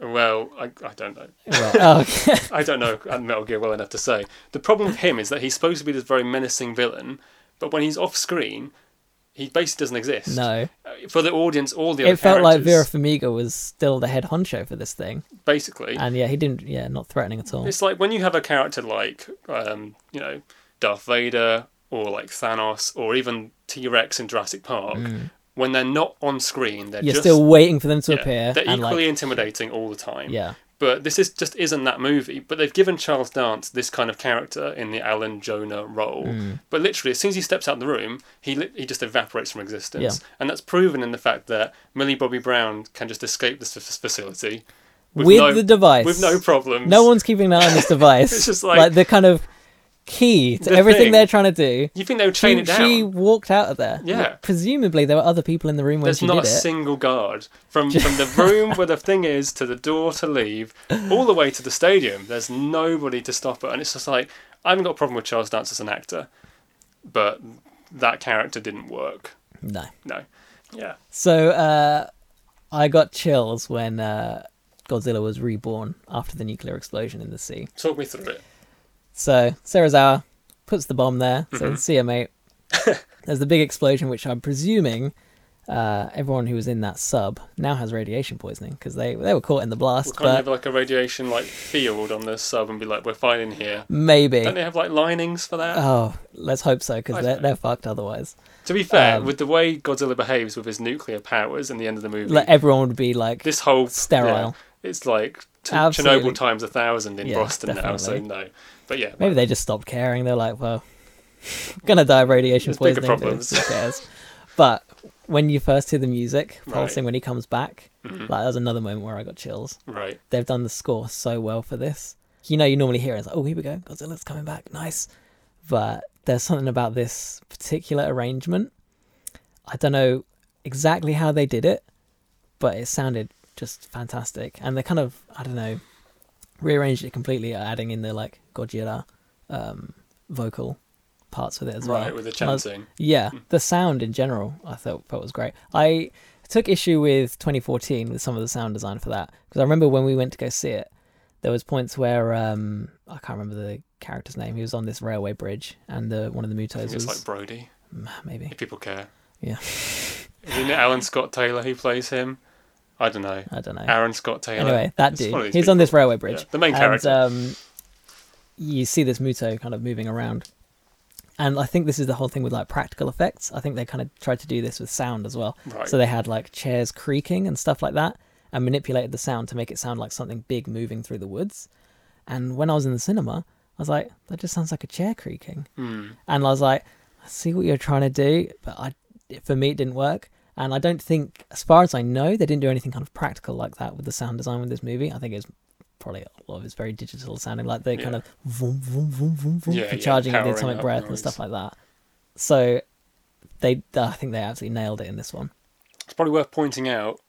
[SPEAKER 2] well, I, I don't know,
[SPEAKER 1] Right. oh, okay.
[SPEAKER 2] I don't know Metal Gear well enough to say. The problem with him is that he's supposed to be this very menacing villain, but when he's off screen, he basically doesn't exist.
[SPEAKER 1] No,
[SPEAKER 2] Uh, For the audience, all the other
[SPEAKER 1] it felt like Vera
[SPEAKER 2] characters,
[SPEAKER 1] Farmiga was still the head honcho for this thing,
[SPEAKER 2] basically,
[SPEAKER 1] and yeah, he didn't. Yeah, not threatening at all.
[SPEAKER 2] it's like when you have a character like, um, you know, Darth Vader or like Thanos or even T Rex in Jurassic Park. When they're not on screen, they're
[SPEAKER 1] You're
[SPEAKER 2] just
[SPEAKER 1] Mm. still waiting for them to
[SPEAKER 2] Yeah,
[SPEAKER 1] appear,
[SPEAKER 2] They're
[SPEAKER 1] and
[SPEAKER 2] equally
[SPEAKER 1] like,
[SPEAKER 2] intimidating all the time.
[SPEAKER 1] yeah,
[SPEAKER 2] But this is just isn't that movie. But they've given Charles Dance this kind of character in the Alan Jonah role.
[SPEAKER 1] Hmm.
[SPEAKER 2] But literally, as soon as he steps out the room, he li- he just evaporates from existence. And that's proven in the fact that Millie Bobby Brown can just escape this f- facility
[SPEAKER 1] with, the device,
[SPEAKER 2] with no problems.
[SPEAKER 1] no one's keeping an eye on this device.
[SPEAKER 2] It's just like-
[SPEAKER 1] the kind of key to
[SPEAKER 2] The
[SPEAKER 1] everything
[SPEAKER 2] thing.
[SPEAKER 1] they're trying to do.
[SPEAKER 2] You think they would chain
[SPEAKER 1] She,
[SPEAKER 2] it down?
[SPEAKER 1] she walked out of there.
[SPEAKER 2] Yeah.
[SPEAKER 1] Presumably there were other people in the room when
[SPEAKER 2] There's
[SPEAKER 1] she
[SPEAKER 2] not a
[SPEAKER 1] did it.
[SPEAKER 2] single guard from from the room where the thing is to the door to leave, all the way to the stadium. There's nobody to stop it, and it's just like I haven't got a problem with Charles Dance as an actor, but that character didn't work.
[SPEAKER 1] No.
[SPEAKER 2] No, yeah,
[SPEAKER 1] So uh, I got chills when uh, Godzilla was reborn after the nuclear explosion in the sea.
[SPEAKER 2] talk me through it.
[SPEAKER 1] So Sarazawa puts the bomb there. So
[SPEAKER 2] Mm-hmm.
[SPEAKER 1] see ya, mate. There's the big explosion, which I'm presuming uh, everyone who was in that sub now has radiation poisoning because they they were caught in the
[SPEAKER 2] We'll
[SPEAKER 1] blast.
[SPEAKER 2] kind of
[SPEAKER 1] But
[SPEAKER 2] have like a radiation like field on the sub and be like, we're fine in here.
[SPEAKER 1] maybe.
[SPEAKER 2] Don't they have like linings for that?
[SPEAKER 1] Oh, let's hope so
[SPEAKER 2] I
[SPEAKER 1] because they're
[SPEAKER 2] don't
[SPEAKER 1] they're fucked otherwise.
[SPEAKER 2] to be fair,
[SPEAKER 1] um,
[SPEAKER 2] with the way Godzilla behaves with his nuclear powers in the end of the movie,
[SPEAKER 1] Like everyone would be like
[SPEAKER 2] this whole
[SPEAKER 1] sterile.
[SPEAKER 2] yeah, it's like t-
[SPEAKER 1] Absolutely.
[SPEAKER 2] Chernobyl times a thousand in
[SPEAKER 1] Yeah,
[SPEAKER 2] Boston now, so
[SPEAKER 1] definitely.
[SPEAKER 2] no. But yeah,
[SPEAKER 1] Maybe they just stopped caring. They're like, well, gonna die of radiation
[SPEAKER 2] There's bigger
[SPEAKER 1] poisoning.
[SPEAKER 2] problems.
[SPEAKER 1] Who cares? but when you first hear the music
[SPEAKER 2] Right. Mm-hmm.
[SPEAKER 1] pulsing when he comes back, like that was another moment where I got chills.
[SPEAKER 2] right.
[SPEAKER 1] They've done the score so well for this. You know, you normally hear it, it's like, oh, here we go, Godzilla's coming back, nice. But there's something about this particular arrangement. I don't know exactly how they did it, but it sounded just fantastic. And they kind of, I don't know, rearranged it completely, adding in the like Godzilla um, vocal parts with it as well.
[SPEAKER 2] Right, with the
[SPEAKER 1] And I was-
[SPEAKER 2] chanting.
[SPEAKER 1] yeah, the sound in general, I thought felt was great. I took issue with 2014 with some of the sound design for that because I remember when we went to go see it, there was points where um, I can't remember the character's name. He was on this railway bridge, and the one of the
[SPEAKER 2] I
[SPEAKER 1] mutos
[SPEAKER 2] think it's
[SPEAKER 1] was
[SPEAKER 2] like Brody,
[SPEAKER 1] Mm, maybe
[SPEAKER 2] if people care.
[SPEAKER 1] Yeah.
[SPEAKER 2] Isn't it Alan Scott Taylor who plays him? I don't know.
[SPEAKER 1] I don't know.
[SPEAKER 2] Aaron Scott Taylor.
[SPEAKER 1] anyway, that
[SPEAKER 2] It's one of
[SPEAKER 1] dude.
[SPEAKER 2] these
[SPEAKER 1] He's on this railway bridge.
[SPEAKER 2] Yeah, the main character.
[SPEAKER 1] And um, you see this Muto kind of moving around. And I think this is the whole thing with like practical effects. I think they kind of tried to do this with sound as well.
[SPEAKER 2] Right.
[SPEAKER 1] So they had like chairs creaking and stuff like that and manipulated the sound to make it sound like something big moving through the woods. And when I was in the cinema, I was like, that just sounds like a chair creaking.
[SPEAKER 2] Hmm.
[SPEAKER 1] And I was like, I see what you're trying to do, but I, it- for me, it didn't work. And I don't think, as far as I know, they didn't do anything kind of practical like that with the sound design with this movie. I think it's probably a lot of it's very digital sounding, like they kind
[SPEAKER 2] Yeah.
[SPEAKER 1] of vroom, vroom, vroom, vroom, vroom
[SPEAKER 2] Yeah,
[SPEAKER 1] for
[SPEAKER 2] yeah,
[SPEAKER 1] charging of the
[SPEAKER 2] powering
[SPEAKER 1] atomic
[SPEAKER 2] up
[SPEAKER 1] breath and
[SPEAKER 2] noise.
[SPEAKER 1] stuff like that. So they, I think they absolutely nailed it in this one.
[SPEAKER 2] It's probably worth pointing out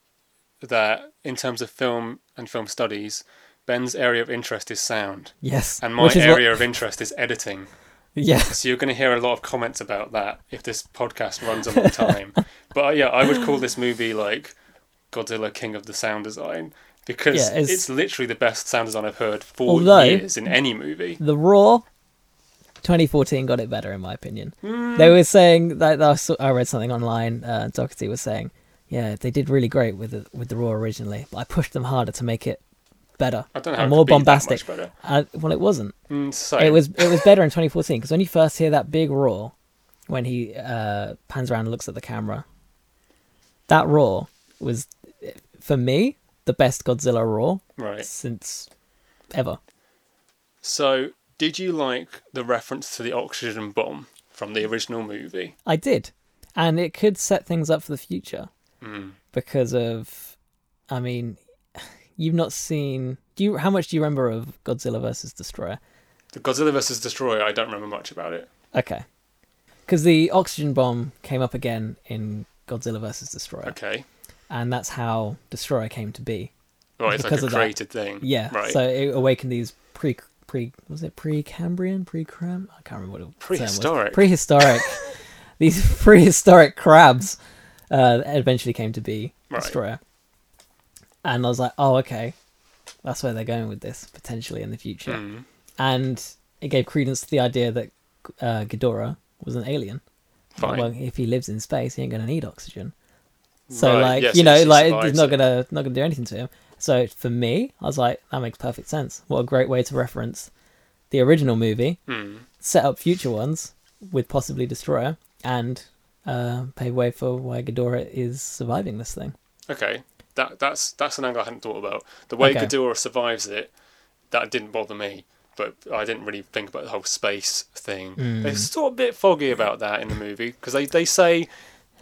[SPEAKER 2] that in terms of film and film studies, Ben's area of interest is sound,
[SPEAKER 1] Yes,
[SPEAKER 2] and my
[SPEAKER 1] which is what-
[SPEAKER 2] area of interest is editing.
[SPEAKER 1] yeah,
[SPEAKER 2] So you're going to hear a lot of comments about that if this podcast runs a long time. but uh, yeah, I would call this movie like Godzilla King of the Sound Design because
[SPEAKER 1] Yeah,
[SPEAKER 2] it's...
[SPEAKER 1] it's-
[SPEAKER 2] literally the best sound design I've heard for
[SPEAKER 1] Although-
[SPEAKER 2] years in any movie.
[SPEAKER 1] the Raw 2014 got it better, in my opinion.
[SPEAKER 2] Hmm.
[SPEAKER 1] They were saying that I, saw, I read something online. Uh, Doherty was saying, yeah, they did really great with the, with the Raw originally, but I pushed them harder to make it better
[SPEAKER 2] I don't know how
[SPEAKER 1] and
[SPEAKER 2] it
[SPEAKER 1] more
[SPEAKER 2] could be that much
[SPEAKER 1] bombastic.
[SPEAKER 2] better.
[SPEAKER 1] And- well, it wasn't.
[SPEAKER 2] Mm, so
[SPEAKER 1] It was it was better in 2014 because when you first hear that big roar, when he uh, pans around and looks at the camera, that roar was for me the best Godzilla roar
[SPEAKER 2] right.
[SPEAKER 1] since ever.
[SPEAKER 2] So, did you like the reference to the oxygen bomb from the original movie?
[SPEAKER 1] I did. And it could set things up for the future
[SPEAKER 2] Mm.
[SPEAKER 1] because of I mean, you've not seen do you how much do you remember of Godzilla versus Destroyer?
[SPEAKER 2] The Godzilla vs. Destroyer, I don't remember much about it.
[SPEAKER 1] Okay. Cuz the oxygen bomb came up again in Godzilla versus Destroyer.
[SPEAKER 2] Okay.
[SPEAKER 1] And that's how Destroyer came to be.
[SPEAKER 2] Right, it's
[SPEAKER 1] Because
[SPEAKER 2] like
[SPEAKER 1] of
[SPEAKER 2] a
[SPEAKER 1] that.
[SPEAKER 2] created thing.
[SPEAKER 1] Yeah.
[SPEAKER 2] Right.
[SPEAKER 1] So it awakened these pre pre was it pre-Cambrian, pre-Cram? I can't remember what it was.
[SPEAKER 2] Prehistoric.
[SPEAKER 1] Prehistoric. these prehistoric crabs uh, eventually came to be
[SPEAKER 2] Right.
[SPEAKER 1] destroyer. And I was like, oh okay, that's where they're going with this potentially in the future.
[SPEAKER 2] Mm.
[SPEAKER 1] And it gave credence to the idea that uh, Ghidorah was an alien.
[SPEAKER 2] Fine.
[SPEAKER 1] Well, if he lives in space, he ain't gonna need oxygen. So
[SPEAKER 2] Right,
[SPEAKER 1] like
[SPEAKER 2] yes, Oh,
[SPEAKER 1] you
[SPEAKER 2] it
[SPEAKER 1] know,
[SPEAKER 2] just
[SPEAKER 1] like it's
[SPEAKER 2] survives
[SPEAKER 1] not
[SPEAKER 2] it.
[SPEAKER 1] gonna not gonna do anything to him. So for me, I was like, that makes perfect sense. What a great way to reference the original movie,
[SPEAKER 2] Mm.
[SPEAKER 1] set up future ones with possibly Destroyer, and uh, pave way for why Ghidorah is surviving this thing.
[SPEAKER 2] Okay. That that's that's an angle I hadn't thought about. The way
[SPEAKER 1] Okay.
[SPEAKER 2] Ghidorah survives it, that didn't bother me. But I didn't really think about the whole space thing.
[SPEAKER 1] Mm.
[SPEAKER 2] They're sort of a bit foggy about that in the movie because they, they say.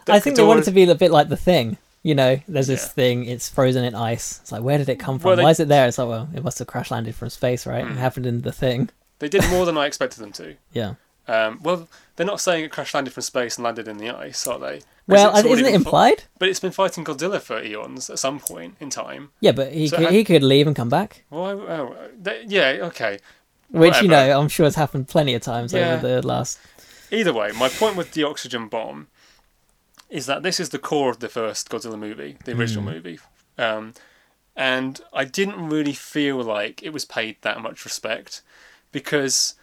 [SPEAKER 2] that
[SPEAKER 1] I think they wanted
[SPEAKER 2] Ghidorah-
[SPEAKER 1] to be a bit like the thing. You know, there's this
[SPEAKER 2] Yeah.
[SPEAKER 1] thing. It's frozen in ice. It's like, where did it come from?
[SPEAKER 2] Well, they- Hmm.
[SPEAKER 1] Why is it there? It's like, well, it must have crash landed from space, right? It happened in the thing.
[SPEAKER 2] They did more than I expected them to.
[SPEAKER 1] Yeah.
[SPEAKER 2] Um, well, they're not saying it crash landed from space and landed in the ice, are they? 'Cause
[SPEAKER 1] Well,
[SPEAKER 2] it's already
[SPEAKER 1] isn't it
[SPEAKER 2] been fo-
[SPEAKER 1] implied?
[SPEAKER 2] but it's been fighting Godzilla for eons at some point in time.
[SPEAKER 1] Yeah, but he
[SPEAKER 2] So
[SPEAKER 1] could,
[SPEAKER 2] how-
[SPEAKER 1] he could leave and come back,
[SPEAKER 2] Why? Oh, they, yeah, okay.
[SPEAKER 1] which you
[SPEAKER 2] Whatever.
[SPEAKER 1] know I'm sure has happened plenty of times
[SPEAKER 2] Yeah.
[SPEAKER 1] over the last.
[SPEAKER 2] Either way, my point with the oxygen bomb is that this is the core of the first Godzilla movie, the original movie. Um, and I didn't really feel like it was paid that much respect because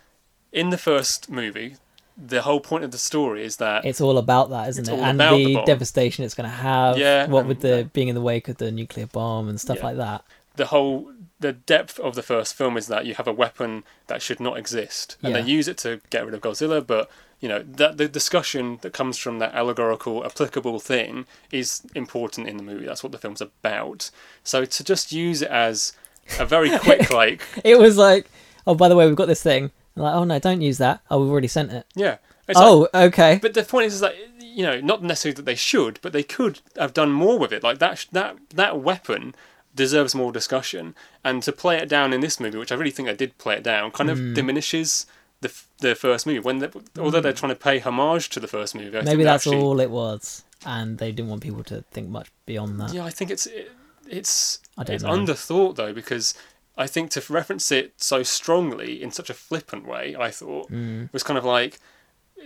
[SPEAKER 2] in the first movie, the whole point of the story is that
[SPEAKER 1] It's all about that, isn't
[SPEAKER 2] It's
[SPEAKER 1] it?
[SPEAKER 2] all
[SPEAKER 1] And
[SPEAKER 2] about
[SPEAKER 1] the,
[SPEAKER 2] the bomb.
[SPEAKER 1] devastation it's going to have.
[SPEAKER 2] Yeah,
[SPEAKER 1] What
[SPEAKER 2] and-
[SPEAKER 1] with the being in the wake of the nuclear bomb and stuff
[SPEAKER 2] Yeah.
[SPEAKER 1] like that.
[SPEAKER 2] the whole the depth of the first film is that you have a weapon that should not exist and
[SPEAKER 1] Yeah.
[SPEAKER 2] they use it to get rid of Godzilla but you know that the discussion that comes from that allegorical applicable thing is important in the movie that's what the film's about so to just use it as a very quick like
[SPEAKER 1] It was like, oh, by the way, we've got this thing. And like, oh no, don't use that. Oh, we've already sent it.
[SPEAKER 2] yeah it's like-
[SPEAKER 1] Oh, okay.
[SPEAKER 2] but the point is, is that you know not necessarily that they should but they could have done more with it like that sh- that that weapon deserves more discussion and to play it down in this movie which i really think they did play it down kind of
[SPEAKER 1] Hmm.
[SPEAKER 2] diminishes the, f- the first movie when the, although they're trying to pay homage to the first movie I think
[SPEAKER 1] Hmm. Maybe
[SPEAKER 2] they
[SPEAKER 1] that's
[SPEAKER 2] actually-
[SPEAKER 1] all it was, and they didn't want people to think much beyond that.
[SPEAKER 2] yeah i think it's it, it's
[SPEAKER 1] I don't
[SPEAKER 2] it's
[SPEAKER 1] know.
[SPEAKER 2] underthought though because i think to reference it so strongly in such a flippant way i thought
[SPEAKER 1] Mm.
[SPEAKER 2] was kind of like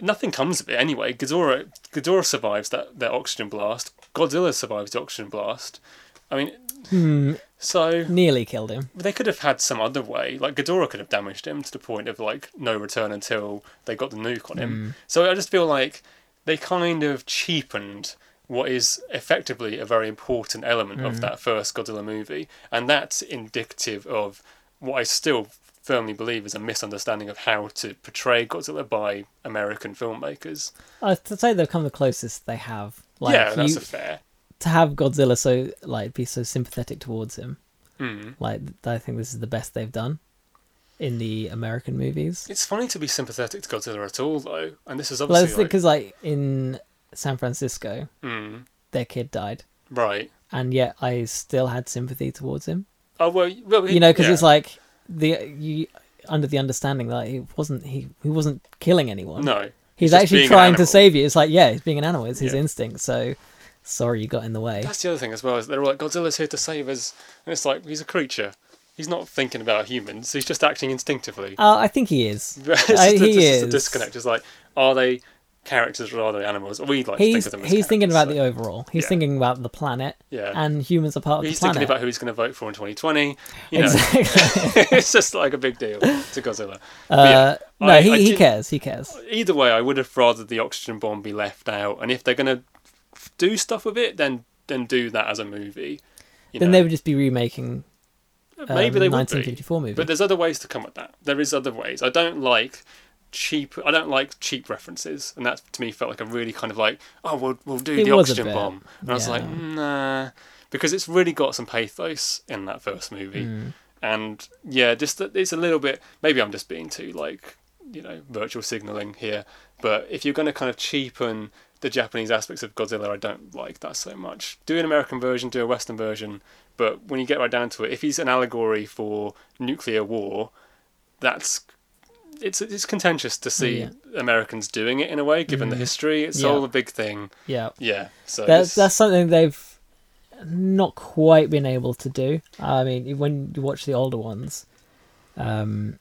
[SPEAKER 2] nothing comes of it anyway Ghidorah, Ghidorah survives that, that oxygen blast godzilla survives the oxygen blast i mean
[SPEAKER 1] Hmm.
[SPEAKER 2] so
[SPEAKER 1] Nearly killed him.
[SPEAKER 2] they could have had some other way. Like Ghidorah could have
[SPEAKER 1] Mm.
[SPEAKER 2] damaged him to the point of like no return until they got the nuke on him. So I just feel like they kind of cheapened what is effectively a very important element
[SPEAKER 1] Mm.
[SPEAKER 2] of that first Godzilla movie, and that's indicative of what I still firmly believe is a misunderstanding of how to portray Godzilla by American filmmakers.
[SPEAKER 1] I'd say they've come the closest they have. Like,
[SPEAKER 2] yeah, that's
[SPEAKER 1] you-
[SPEAKER 2] a fair.
[SPEAKER 1] to have Godzilla so like be so sympathetic towards him.
[SPEAKER 2] Mm.
[SPEAKER 1] Like th- I think this is the best they've done in the American movies.
[SPEAKER 2] It's funny to be sympathetic to Godzilla at all, though, and this is
[SPEAKER 1] Well, that's
[SPEAKER 2] obviously like,
[SPEAKER 1] because like in San Francisco,
[SPEAKER 2] mm,
[SPEAKER 1] their kid died,
[SPEAKER 2] right.
[SPEAKER 1] and yet I still had sympathy towards him.
[SPEAKER 2] Oh well, well
[SPEAKER 1] You know, because
[SPEAKER 2] yeah.
[SPEAKER 1] it's like the you under the understanding that he wasn't he he wasn't killing anyone.
[SPEAKER 2] no,
[SPEAKER 1] he's
[SPEAKER 2] just
[SPEAKER 1] actually
[SPEAKER 2] being an
[SPEAKER 1] trying to
[SPEAKER 2] animal.
[SPEAKER 1] save you. It's like yeah, he's being an animal. It's his
[SPEAKER 2] Yeah.
[SPEAKER 1] instinct. So sorry you got in the way.
[SPEAKER 2] That's the other thing as well is they're all like Godzilla's here to save us, and it's like he's a creature. He's not thinking about humans. He's just acting instinctively.
[SPEAKER 1] Uh, I think he is.
[SPEAKER 2] it's just,
[SPEAKER 1] Uh,
[SPEAKER 2] it's
[SPEAKER 1] he
[SPEAKER 2] just a
[SPEAKER 1] is.
[SPEAKER 2] disconnect. It's like are they characters or are they animals? We like to think
[SPEAKER 1] He's
[SPEAKER 2] of them. As
[SPEAKER 1] he's thinking about
[SPEAKER 2] characters,
[SPEAKER 1] the overall. He's
[SPEAKER 2] Yeah.
[SPEAKER 1] thinking about the planet.
[SPEAKER 2] Yeah.
[SPEAKER 1] And humans are part
[SPEAKER 2] so.
[SPEAKER 1] of
[SPEAKER 2] He's
[SPEAKER 1] the planet.
[SPEAKER 2] thinking about who he's going to vote for in 2020. You know,
[SPEAKER 1] exactly.
[SPEAKER 2] it's just like a big deal to Godzilla. But yeah,
[SPEAKER 1] uh, no,
[SPEAKER 2] I-
[SPEAKER 1] he,
[SPEAKER 2] I
[SPEAKER 1] he
[SPEAKER 2] did-
[SPEAKER 1] cares. He cares.
[SPEAKER 2] either way, I would have rather the oxygen bomb be left out. And if they're going to do stuff with it, then then do that as a movie. You
[SPEAKER 1] then
[SPEAKER 2] know,
[SPEAKER 1] they would just be remaking um,
[SPEAKER 2] maybe they would be.
[SPEAKER 1] 1954 movie.
[SPEAKER 2] But there's other ways to come at that. There is other ways. I don't like cheap. I don't like cheap references, and that to me felt like a really kind of like, oh, we'll we'll do
[SPEAKER 1] It
[SPEAKER 2] the
[SPEAKER 1] was a
[SPEAKER 2] oxygen
[SPEAKER 1] bit,
[SPEAKER 2] bomb, and I was like,
[SPEAKER 1] yeah.
[SPEAKER 2] nah, because it's really got some pathos in that first movie,
[SPEAKER 1] Mm.
[SPEAKER 2] and yeah, just that it's a little bit. Maybe I'm just being too like you know virtual signaling here, but if you're going to kind of cheapen the Japanese aspects of Godzilla, I don't like that so much. Do an American version, do a Western version, but when you get right down to it, if he's an allegory for nuclear war, that's it's it's contentious to see
[SPEAKER 1] Oh, Yeah.
[SPEAKER 2] Americans doing it in a way, given the
[SPEAKER 1] Mm.
[SPEAKER 2] history. It's
[SPEAKER 1] Yeah.
[SPEAKER 2] all a big thing.
[SPEAKER 1] yeah,
[SPEAKER 2] Yeah. So
[SPEAKER 1] that's
[SPEAKER 2] this-
[SPEAKER 1] that's something they've not quite been able to do. I mean, when you watch the older ones, um,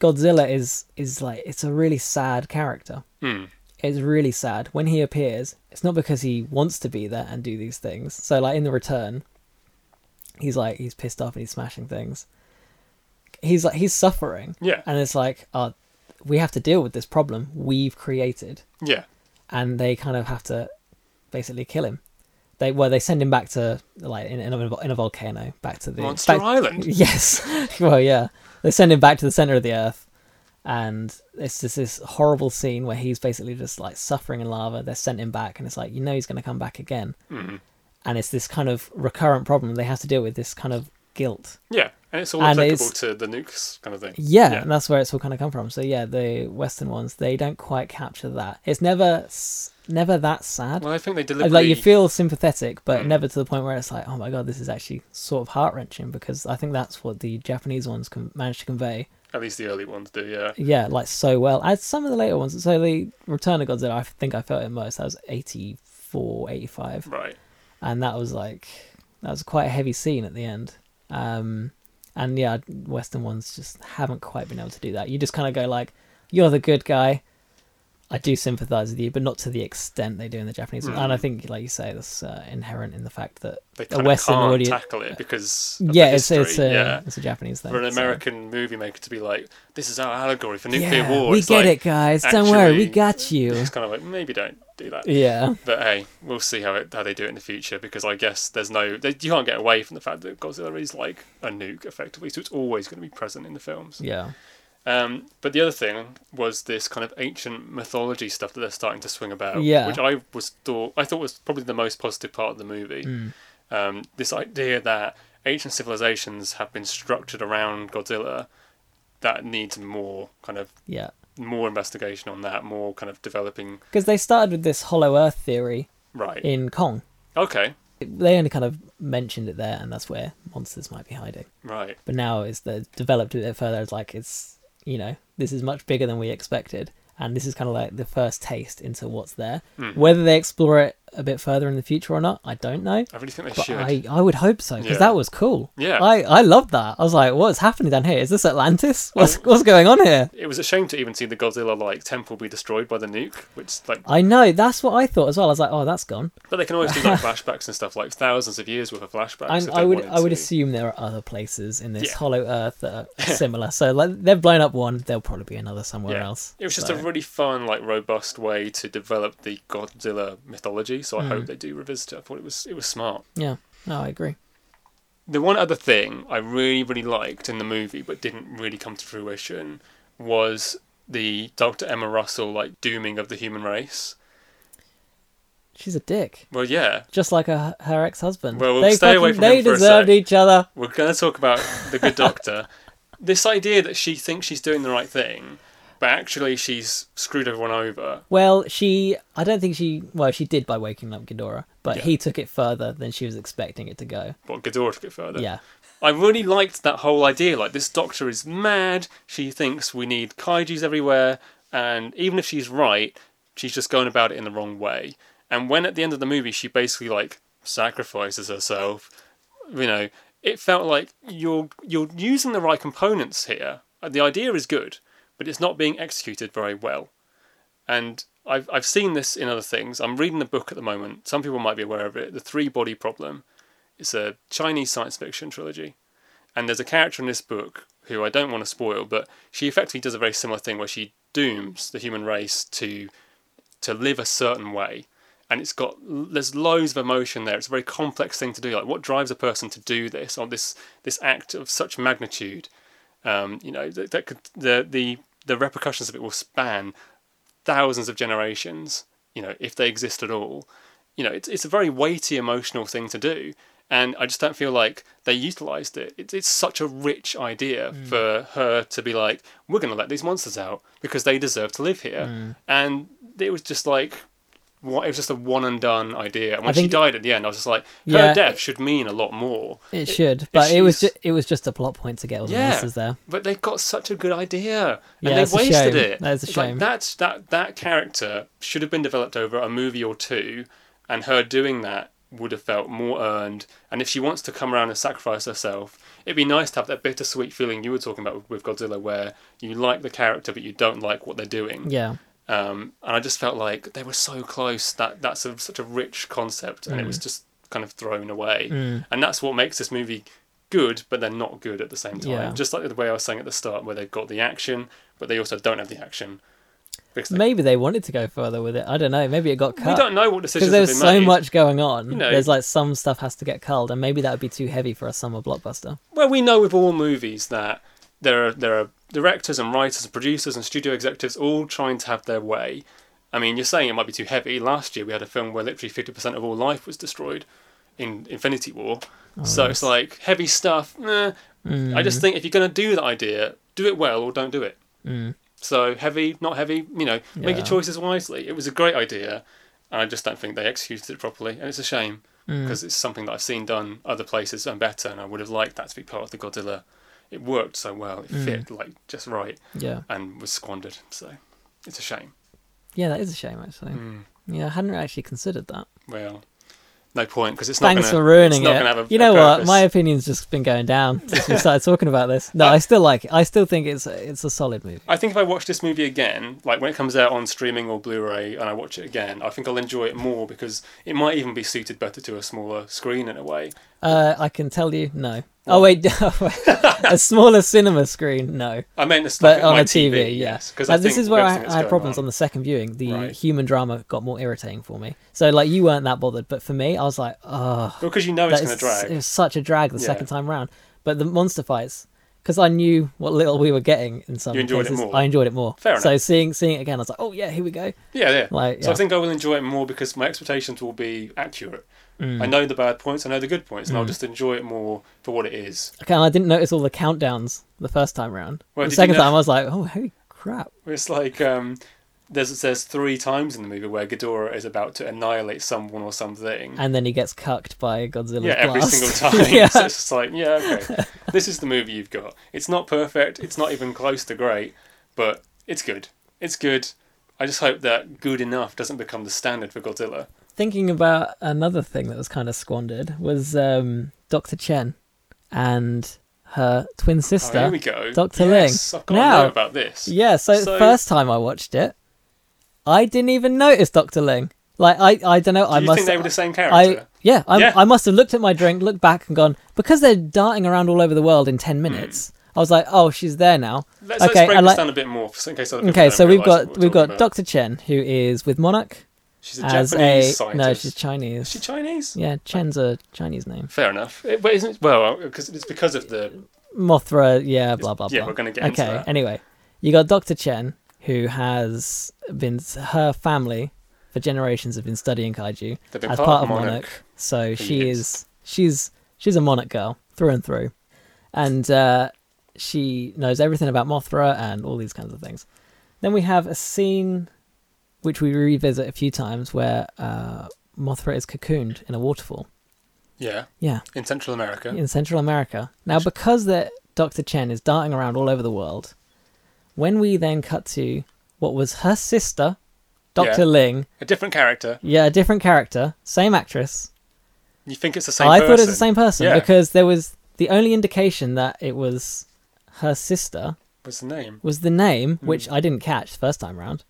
[SPEAKER 1] Godzilla is is like it's a really sad character.
[SPEAKER 2] Hmm.
[SPEAKER 1] It's really sad when he appears. It's not because he wants to be there and do these things. So like in the return, he's like he's pissed off and he's smashing things. He's like he's suffering.
[SPEAKER 2] Yeah.
[SPEAKER 1] and it's like uh, we have to deal with this problem we've created
[SPEAKER 2] yeah.
[SPEAKER 1] and they kind of have to basically kill him they well they send him back to like in, in, a, in a volcano back to the
[SPEAKER 2] Monster
[SPEAKER 1] back-
[SPEAKER 2] Island.
[SPEAKER 1] yes well yeah they send him back to the center of the earth and it's just this horrible scene where he's basically just like suffering in lava they sent him back and it's like you know he's going to come back again
[SPEAKER 2] Mhm.
[SPEAKER 1] and it's this kind of recurrent problem they have to deal with this kind of guilt
[SPEAKER 2] Yeah, and it's all
[SPEAKER 1] And
[SPEAKER 2] applicable
[SPEAKER 1] it's-
[SPEAKER 2] to the nukes kind of thing.
[SPEAKER 1] yeah,
[SPEAKER 2] Yeah.
[SPEAKER 1] and that's where it's all kind of come from. So yeah, the Western ones they don't quite capture that. It's never s- never that sad.
[SPEAKER 2] Well, I think they deliberately.
[SPEAKER 1] Like, you feel sympathetic, but
[SPEAKER 2] Mm.
[SPEAKER 1] never to the point where it's like, oh my god, this is actually sort of heart wrenching because I think that's what the Japanese ones can manage to convey.
[SPEAKER 2] At least the early ones do. Yeah.
[SPEAKER 1] Yeah, like so well. As some of the later ones, so the Return of Godzilla, I think I felt it most. That was 84, 85
[SPEAKER 2] Right.
[SPEAKER 1] and that was like that was quite a heavy scene at the end um and yeah western ones just haven't quite been able to do that you just kind of go like you're the good guy i do sympathize with you but not to the extent they do in the japanese one.
[SPEAKER 2] Hmm.
[SPEAKER 1] and i think like you say that's uh, inherent in the fact that
[SPEAKER 2] They
[SPEAKER 1] a
[SPEAKER 2] kind of
[SPEAKER 1] western
[SPEAKER 2] can't
[SPEAKER 1] audience
[SPEAKER 2] tackle it because of the
[SPEAKER 1] yeah it's, uh, it's
[SPEAKER 2] history,
[SPEAKER 1] a
[SPEAKER 2] yeah.
[SPEAKER 1] it's a japanese thing
[SPEAKER 2] For an
[SPEAKER 1] so-
[SPEAKER 2] American movie maker to be like, this is our allegory for nuclear
[SPEAKER 1] yeah,
[SPEAKER 2] war.
[SPEAKER 1] we
[SPEAKER 2] it's
[SPEAKER 1] get
[SPEAKER 2] like,
[SPEAKER 1] it guys don't worry we
[SPEAKER 2] actually-
[SPEAKER 1] got you
[SPEAKER 2] It's kind of like maybe don't do that.
[SPEAKER 1] yeah
[SPEAKER 2] But hey, we'll see how it, how they do it in the future because I guess there's no they, you can't get away from the fact that Godzilla is like a nuke effectively, so it's always going to be present in the films.
[SPEAKER 1] yeah
[SPEAKER 2] Um, but the other thing was this kind of ancient mythology stuff that they're starting to swing about,
[SPEAKER 1] Yeah.
[SPEAKER 2] which I was thought I thought was probably the most positive part of the movie.
[SPEAKER 1] Hmm.
[SPEAKER 2] Um, this idea that ancient civilizations have been structured around Godzilla that needs more kind of
[SPEAKER 1] yeah
[SPEAKER 2] more investigation on that, more kind of developing
[SPEAKER 1] because they started with this hollow earth theory
[SPEAKER 2] right.
[SPEAKER 1] in kong
[SPEAKER 2] Okay,
[SPEAKER 1] they only kind of mentioned it there, and that's where monsters might be hiding.
[SPEAKER 2] right.
[SPEAKER 1] But now it's the developed a bit further. It's like it's you know this is much
[SPEAKER 2] Hmm.
[SPEAKER 1] bigger than we expected, and this is kind of like the first taste into what's there. Whether they explore it a bit further in the future or not. I don't know,
[SPEAKER 2] I really think they
[SPEAKER 1] but
[SPEAKER 2] should.
[SPEAKER 1] I, I would hope so because
[SPEAKER 2] Yeah.
[SPEAKER 1] that was cool.
[SPEAKER 2] Yeah.
[SPEAKER 1] I I loved that. I was like, what's happening down here? Is this Atlantis? What's
[SPEAKER 2] Oh.
[SPEAKER 1] what's going on here?
[SPEAKER 2] It was a shame to even see the Godzilla like temple be destroyed by the nuke, which like
[SPEAKER 1] I know that's what I thought as well. I was like, oh, that's gone.
[SPEAKER 2] but they can always do like flashbacks and stuff like thousands of years worth of flashbacks.
[SPEAKER 1] I,
[SPEAKER 2] if they
[SPEAKER 1] I would
[SPEAKER 2] wanted
[SPEAKER 1] I would
[SPEAKER 2] to.
[SPEAKER 1] assume there are other places in this
[SPEAKER 2] Yeah.
[SPEAKER 1] Hollow Earth that are similar. So like they've blown up one, there'll probably be another somewhere
[SPEAKER 2] Yeah.
[SPEAKER 1] else.
[SPEAKER 2] It was just
[SPEAKER 1] So,
[SPEAKER 2] a really fun, like robust way to develop the Godzilla mythology, so I
[SPEAKER 1] Hmm.
[SPEAKER 2] hope they do revisit it. I thought it was it was smart.
[SPEAKER 1] yeah. No, I agree.
[SPEAKER 2] The one other thing I really, really liked in the movie but didn't really come to fruition was the Dr. Emma Russell like dooming of the human race.
[SPEAKER 1] She's a dick,
[SPEAKER 2] Well yeah.
[SPEAKER 1] just like her, her ex husband.
[SPEAKER 2] Well, we'll
[SPEAKER 1] they
[SPEAKER 2] stay away
[SPEAKER 1] fucking-
[SPEAKER 2] from
[SPEAKER 1] They
[SPEAKER 2] him for a
[SPEAKER 1] deserved
[SPEAKER 2] sec.
[SPEAKER 1] each other.
[SPEAKER 2] We're gonna talk about the good doctor. this idea that she thinks she's doing the right thing, but actually she's screwed everyone over.
[SPEAKER 1] Well, she I don't think she well she did by waking up Ghidorah, but
[SPEAKER 2] Yeah.
[SPEAKER 1] he took it further than she was expecting it to go.
[SPEAKER 2] What Ghidorah took it further.
[SPEAKER 1] Yeah.
[SPEAKER 2] I really liked that whole idea. Like, this doctor is mad. She thinks we need kaijus everywhere. And even if she's right, she's just going about it in the wrong way. And when at the end of the movie, she basically, like, sacrifices herself, you know, it felt like you're, you're using the right components here. Uh, The idea is good, but it's not being executed very well. And I've, I've seen this in other things. I'm reading a book at the moment. Some people might be aware of it The Three Body Problem. It's a Chinese science fiction trilogy. And there's a character in this book who I don't want to spoil, but she effectively does a very similar thing where she dooms the human race to to live a certain way. And it's got there's loads of emotion there. It's a very complex thing to do. Like what drives a person to do this or this this act of such magnitude? Um, you know that, that could the the the repercussions of it will span thousands of generations, you know, if they exist at all. You know, it's it's a very weighty emotional thing to do, and I just don't feel like they utilized it. It's it's such a rich idea
[SPEAKER 1] Mm.
[SPEAKER 2] for her to be like, we're going to let these monsters out because they deserve to live here,
[SPEAKER 1] Mm.
[SPEAKER 2] and it was just like. What, it was just a one and done idea, and when she
[SPEAKER 1] think-
[SPEAKER 2] died at the end, I was just like, her
[SPEAKER 1] Yeah.
[SPEAKER 2] death should mean a lot more.
[SPEAKER 1] It, should, but it was
[SPEAKER 2] she's-
[SPEAKER 1] ju- it was just a plot point to get all the
[SPEAKER 2] Yeah.
[SPEAKER 1] monsters there.
[SPEAKER 2] But they got such a good idea, and
[SPEAKER 1] Yeah,
[SPEAKER 2] they
[SPEAKER 1] that's a
[SPEAKER 2] wasted
[SPEAKER 1] shame.
[SPEAKER 2] it.
[SPEAKER 1] That is a
[SPEAKER 2] It's like,
[SPEAKER 1] shame.
[SPEAKER 2] that's that that character should have been developed over a movie or two, and her doing that would have felt more earned. And if she wants to come around and sacrifice herself, it'd be nice to have that bittersweet feeling you were talking about with Godzilla, where you like the character but you don't like what they're doing.
[SPEAKER 1] Yeah.
[SPEAKER 2] Um, and I just felt like they were so close. That that's a, such a rich concept, and it
[SPEAKER 1] Mm.
[SPEAKER 2] was just kind of thrown away. And that's what makes this movie good, but they're not good at the same time.
[SPEAKER 1] Yeah.
[SPEAKER 2] Just like the way I was saying at the start, where they've got the action, but they also don't have the action. Because they,
[SPEAKER 1] Maybe they wanted to go further with it. I don't know. Maybe it got
[SPEAKER 2] we
[SPEAKER 1] cut.
[SPEAKER 2] don't know what
[SPEAKER 1] because
[SPEAKER 2] decisions have
[SPEAKER 1] there's
[SPEAKER 2] been
[SPEAKER 1] so
[SPEAKER 2] made.
[SPEAKER 1] much going on.
[SPEAKER 2] You know.
[SPEAKER 1] there's like some stuff has to get culled, and maybe that would be too heavy for a summer blockbuster.
[SPEAKER 2] Well, we know with all movies that there are there are directors and writers and producers and studio executives all trying to have their way. I mean, you're saying it might be too heavy. Last year we had a film where literally 50% of all life was destroyed in Infinity War. so it's like heavy stuff. Nah. I just think if you're going to do that idea, do it well or don't do it. So heavy, not heavy, you know, make
[SPEAKER 1] Yeah.
[SPEAKER 2] your choices wisely. It was a great idea. And I just don't think they executed it properly. And it's a shame because it's something that I've seen done other places and better. And I would have liked that to be part of the Godzilla. It worked so well. It fit like just right
[SPEAKER 1] Yeah,
[SPEAKER 2] and was squandered. So it's a shame.
[SPEAKER 1] yeah, that is a shame actually.
[SPEAKER 2] Hmm.
[SPEAKER 1] Yeah, I hadn't actually considered that.
[SPEAKER 2] Well, no point because it's not
[SPEAKER 1] Thanks
[SPEAKER 2] gonna,
[SPEAKER 1] for ruining
[SPEAKER 2] it's not
[SPEAKER 1] it.
[SPEAKER 2] Gonna have a,
[SPEAKER 1] you know
[SPEAKER 2] a
[SPEAKER 1] what?
[SPEAKER 2] purpose.
[SPEAKER 1] My opinion's just been going down since we started talking about this. No, I still like it. I still think it's it's a solid movie.
[SPEAKER 2] I think if I watch this movie again, like when it comes out on streaming or Blu-ray, and I watch it again, I think I'll enjoy it more because it might even be suited better to a smaller screen in a way.
[SPEAKER 1] Uh, I can tell you, no. Oh wait, a smaller cinema screen, no.
[SPEAKER 2] I meant it's
[SPEAKER 1] But
[SPEAKER 2] like
[SPEAKER 1] on
[SPEAKER 2] my
[SPEAKER 1] a TV,
[SPEAKER 2] yes.
[SPEAKER 1] yes.
[SPEAKER 2] Because
[SPEAKER 1] Like, this is where I, I had problems on.
[SPEAKER 2] on.
[SPEAKER 1] the second viewing. The
[SPEAKER 2] Right.
[SPEAKER 1] human drama got more irritating for me. So like you weren't that bothered, but for me, I was like, oh,
[SPEAKER 2] because you know it's
[SPEAKER 1] that
[SPEAKER 2] going to
[SPEAKER 1] is-
[SPEAKER 2] drag.
[SPEAKER 1] It was such a drag the
[SPEAKER 2] Yeah.
[SPEAKER 1] second time round. But the monster fights, because I knew what little we were getting in some
[SPEAKER 2] You enjoyed it
[SPEAKER 1] cases,
[SPEAKER 2] more.
[SPEAKER 1] I enjoyed it more.
[SPEAKER 2] Fair
[SPEAKER 1] so
[SPEAKER 2] enough.
[SPEAKER 1] seeing seeing it again, I was like, oh yeah, here we go.
[SPEAKER 2] Yeah, yeah.
[SPEAKER 1] Like,
[SPEAKER 2] So I
[SPEAKER 1] yeah.
[SPEAKER 2] think I will enjoy it more because my expectations will be accurate.
[SPEAKER 1] Mm.
[SPEAKER 2] I know the bad points, I know the good points, and I'll just enjoy it more for what it is.
[SPEAKER 1] Okay, and I didn't notice all the countdowns the first time round.
[SPEAKER 2] Well, did
[SPEAKER 1] the
[SPEAKER 2] you
[SPEAKER 1] second
[SPEAKER 2] know-
[SPEAKER 1] time, I was like, oh holy crap.
[SPEAKER 2] It's like um, there's there's three times in the movie where Ghidorah is about to annihilate someone or something.
[SPEAKER 1] And then he gets cucked by Godzilla's
[SPEAKER 2] yeah, every
[SPEAKER 1] blast.
[SPEAKER 2] single time.
[SPEAKER 1] yeah.
[SPEAKER 2] So it's just like, yeah, okay. this is the movie you've got. It's not perfect. It's not even close to great, but it's good. It's good. I just hope that good enough doesn't become the standard for Godzilla.
[SPEAKER 1] thinking about another thing that was kind of squandered was um, Dr. Chen and her twin
[SPEAKER 2] Oh,
[SPEAKER 1] sister.
[SPEAKER 2] here we go.
[SPEAKER 1] Dr.
[SPEAKER 2] Yes,
[SPEAKER 1] Ling.
[SPEAKER 2] I've got to know
[SPEAKER 1] Now-
[SPEAKER 2] about this.
[SPEAKER 1] Yeah, so,
[SPEAKER 2] So-
[SPEAKER 1] first time I watched it, I didn't even notice Dr. Ling. Like I, I don't know.
[SPEAKER 2] Do
[SPEAKER 1] I
[SPEAKER 2] you
[SPEAKER 1] must.
[SPEAKER 2] think they were the same
[SPEAKER 1] I
[SPEAKER 2] character?
[SPEAKER 1] yeah, I,
[SPEAKER 2] Yeah.
[SPEAKER 1] I must have looked at my drink, looked back, and gone because they're darting around all over the world in ten minutes. I was like, oh, she's there now.
[SPEAKER 2] Let's,
[SPEAKER 1] okay,
[SPEAKER 2] let's break
[SPEAKER 1] I
[SPEAKER 2] this
[SPEAKER 1] like-
[SPEAKER 2] down a bit more, so in case other people
[SPEAKER 1] Okay,
[SPEAKER 2] don't
[SPEAKER 1] so we've
[SPEAKER 2] realise what
[SPEAKER 1] got
[SPEAKER 2] we're
[SPEAKER 1] we've
[SPEAKER 2] talking
[SPEAKER 1] got
[SPEAKER 2] about.
[SPEAKER 1] Dr. Chen who is with Monarch
[SPEAKER 2] She's a
[SPEAKER 1] as
[SPEAKER 2] Japanese
[SPEAKER 1] a
[SPEAKER 2] scientist.
[SPEAKER 1] no, she's Chinese.
[SPEAKER 2] Is she Chinese?
[SPEAKER 1] Yeah, Chen's a Chinese name.
[SPEAKER 2] Fair enough. It, Eh, but isn't well because it's because of the
[SPEAKER 1] Mothra, yeah, blah blah blah.
[SPEAKER 2] yeah. We're going to get
[SPEAKER 1] okay,
[SPEAKER 2] into that.
[SPEAKER 1] anyway, you got Dr. Chen who has been her family for generations have been studying kaiju
[SPEAKER 2] They've been
[SPEAKER 1] as
[SPEAKER 2] part, of Monarch.
[SPEAKER 1] So
[SPEAKER 2] for
[SPEAKER 1] she
[SPEAKER 2] years.
[SPEAKER 1] is she's she's a Monarch girl through and through, and uh, she knows everything about Mothra and all these kinds of things. Then we have a scene which we revisit a few times where uh, Mothra is cocooned in a waterfall.
[SPEAKER 2] Yeah,
[SPEAKER 1] Yeah,
[SPEAKER 2] in Central America.
[SPEAKER 1] in Central America. Now, because that Dr. Chen is darting around all over the world, when we then cut to what was her sister, Dr.
[SPEAKER 2] Yeah.
[SPEAKER 1] Ling,
[SPEAKER 2] A different character.
[SPEAKER 1] yeah, a different character, same actress,
[SPEAKER 2] You think it's the same
[SPEAKER 1] Oh, I
[SPEAKER 2] person?
[SPEAKER 1] thought it was the same person
[SPEAKER 2] Yeah.
[SPEAKER 1] because there was the only indication that it was her sister
[SPEAKER 2] What's the name?
[SPEAKER 1] was the name,
[SPEAKER 2] Hmm.
[SPEAKER 1] which I didn't catch the first time round.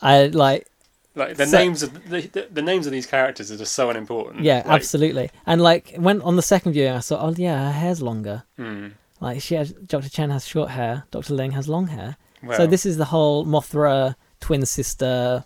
[SPEAKER 1] I like,
[SPEAKER 2] Like the
[SPEAKER 1] So-
[SPEAKER 2] names of the, the, the names of these characters are just so unimportant.
[SPEAKER 1] yeah,
[SPEAKER 2] Mm. Like,
[SPEAKER 1] absolutely. And like, when on the second viewing, I saw, oh yeah, her hair's longer.
[SPEAKER 2] hmm,
[SPEAKER 1] Like, she has Dr. Chen has short hair, Dr. Ling has long hair.
[SPEAKER 2] well,
[SPEAKER 1] so this is the whole Mothra twin sister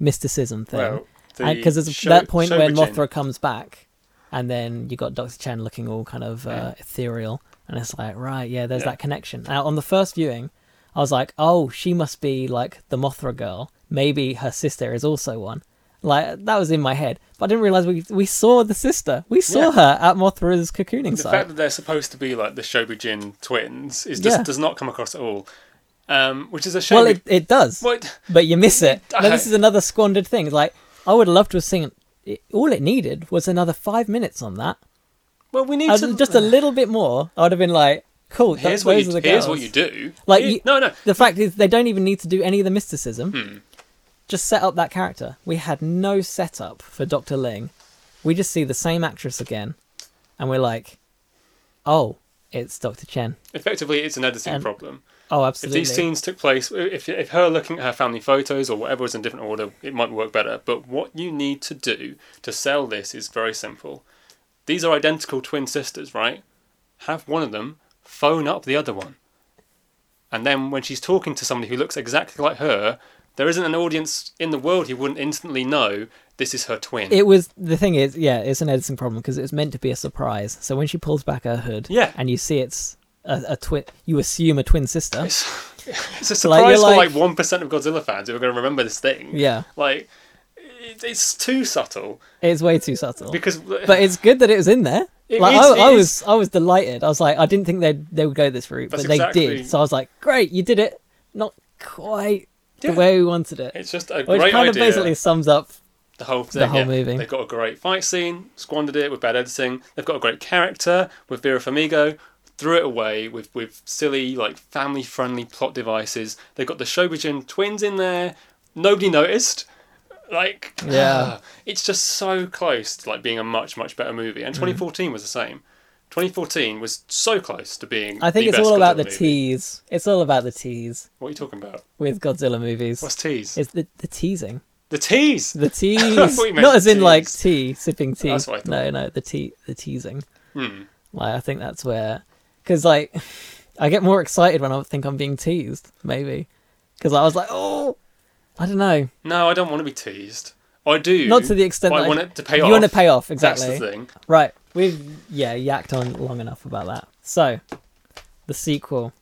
[SPEAKER 1] mysticism thing.
[SPEAKER 2] well, the
[SPEAKER 1] Because it's
[SPEAKER 2] Sho-
[SPEAKER 1] that point when
[SPEAKER 2] Shobujin-
[SPEAKER 1] Mothra comes back, and then you got Doctor Chen looking all kind of uh, ethereal, and it's like, right, yeah, there's
[SPEAKER 2] Yeah.
[SPEAKER 1] that connection. Now, on the first viewing, I was like, oh, she must be like the Mothra girl. Maybe her sister is also one. Like that was in my head, but I didn't realize we we saw the sister. We saw
[SPEAKER 2] Yeah.
[SPEAKER 1] her at Mothra's cocooning
[SPEAKER 2] the fact
[SPEAKER 1] site.
[SPEAKER 2] that they're supposed to be like the Shobujin twins is just
[SPEAKER 1] Yeah.
[SPEAKER 2] does not come across at all, um, which is a shame.
[SPEAKER 1] Well, it, it does.
[SPEAKER 2] what?
[SPEAKER 1] but you miss it. Now, this
[SPEAKER 2] Okay.
[SPEAKER 1] is another squandered thing. Like, I would love to have seen. It, all it needed was another five minutes on that,
[SPEAKER 2] Well, we need
[SPEAKER 1] I
[SPEAKER 2] to
[SPEAKER 1] was- Uh, just a little bit more. I would have been like, cool. That,
[SPEAKER 2] Here's
[SPEAKER 1] those
[SPEAKER 2] what
[SPEAKER 1] are
[SPEAKER 2] you,
[SPEAKER 1] the
[SPEAKER 2] here's
[SPEAKER 1] girls.
[SPEAKER 2] what you do.
[SPEAKER 1] Like,
[SPEAKER 2] Here-
[SPEAKER 1] you-
[SPEAKER 2] no, no,
[SPEAKER 1] The fact is, they don't even need to do any of the mysticism.
[SPEAKER 2] Hmm.
[SPEAKER 1] Just set up that character. We had no setup for Doctor Ling. We just see the same actress again, and we're like, oh, it's Doctor Chen.
[SPEAKER 2] effectively it's an editing
[SPEAKER 1] And-
[SPEAKER 2] problem.
[SPEAKER 1] Oh,
[SPEAKER 2] If
[SPEAKER 1] absolutely.
[SPEAKER 2] these scenes took place, if, if her looking at her family photos or whatever was in different order, it might work better. But what you need to do to sell this is very simple. These are identical twin sisters, right? Have one of them phone up the other one. And then when she's talking to somebody who looks exactly like her, there isn't an audience in the world who wouldn't instantly know this is her twin.
[SPEAKER 1] It was the thing is, yeah, it's an editing problem because it was meant to be a surprise. So when she pulls back her hood,
[SPEAKER 2] Yeah.
[SPEAKER 1] and you see it's a, a twin, you assume a twin sister.
[SPEAKER 2] it's, it's a
[SPEAKER 1] Like,
[SPEAKER 2] surprise
[SPEAKER 1] you're like-
[SPEAKER 2] for like 1% of Godzilla fans who are going to remember this thing.
[SPEAKER 1] Yeah,
[SPEAKER 2] Like, it, it's too subtle
[SPEAKER 1] it's way too subtle.
[SPEAKER 2] because.
[SPEAKER 1] but it's good that it was in there.
[SPEAKER 2] It
[SPEAKER 1] like
[SPEAKER 2] is-
[SPEAKER 1] I, I
[SPEAKER 2] it
[SPEAKER 1] was, I was delighted. I was like, I didn't think they they would go this route,
[SPEAKER 2] That's
[SPEAKER 1] but they
[SPEAKER 2] exactly-
[SPEAKER 1] did. So I was like, great, you did it. Not quite
[SPEAKER 2] Yeah.
[SPEAKER 1] the way we wanted it,
[SPEAKER 2] It's just a
[SPEAKER 1] which
[SPEAKER 2] great
[SPEAKER 1] kind
[SPEAKER 2] idea.
[SPEAKER 1] of basically sums up.
[SPEAKER 2] the whole thing.
[SPEAKER 1] whole
[SPEAKER 2] yeah.
[SPEAKER 1] movie.
[SPEAKER 2] They've got a great fight scene, squandered it with bad editing. They've got a great character with Vera Farmiga, threw it away with, with silly, like family friendly plot devices. They've got the Shobujin twins in there. Nobody noticed. Like, ah,
[SPEAKER 1] Yeah.
[SPEAKER 2] it's just so close to like being a much much better movie.
[SPEAKER 1] Mm.
[SPEAKER 2] And 2014 was the same. 2014 was so close to being.
[SPEAKER 1] I think
[SPEAKER 2] the
[SPEAKER 1] it's
[SPEAKER 2] best
[SPEAKER 1] all about
[SPEAKER 2] Godzilla
[SPEAKER 1] the
[SPEAKER 2] movie.
[SPEAKER 1] tease. It's all about the tease
[SPEAKER 2] What are you talking about?
[SPEAKER 1] with Godzilla movies.
[SPEAKER 2] What's tease?
[SPEAKER 1] it's the, the teasing.
[SPEAKER 2] the tease.
[SPEAKER 1] The tease,
[SPEAKER 2] I thought you meant
[SPEAKER 1] not as in like
[SPEAKER 2] tease.
[SPEAKER 1] tea, sipping tea.
[SPEAKER 2] That's what I thought.
[SPEAKER 1] no, no, the tea, the teasing.
[SPEAKER 2] Hmm.
[SPEAKER 1] Like I think that's where, because like, I get more excited when I think I'm being teased. Maybe because I was like, oh, I don't know,
[SPEAKER 2] No, I don't want to be teased. I do.
[SPEAKER 1] not to the extent
[SPEAKER 2] but
[SPEAKER 1] that
[SPEAKER 2] I want it to pay
[SPEAKER 1] you
[SPEAKER 2] off.
[SPEAKER 1] want to pay off
[SPEAKER 2] That's
[SPEAKER 1] exactly.
[SPEAKER 2] the thing.
[SPEAKER 1] Right, we've yeah yacked on long enough about that. So, the sequel.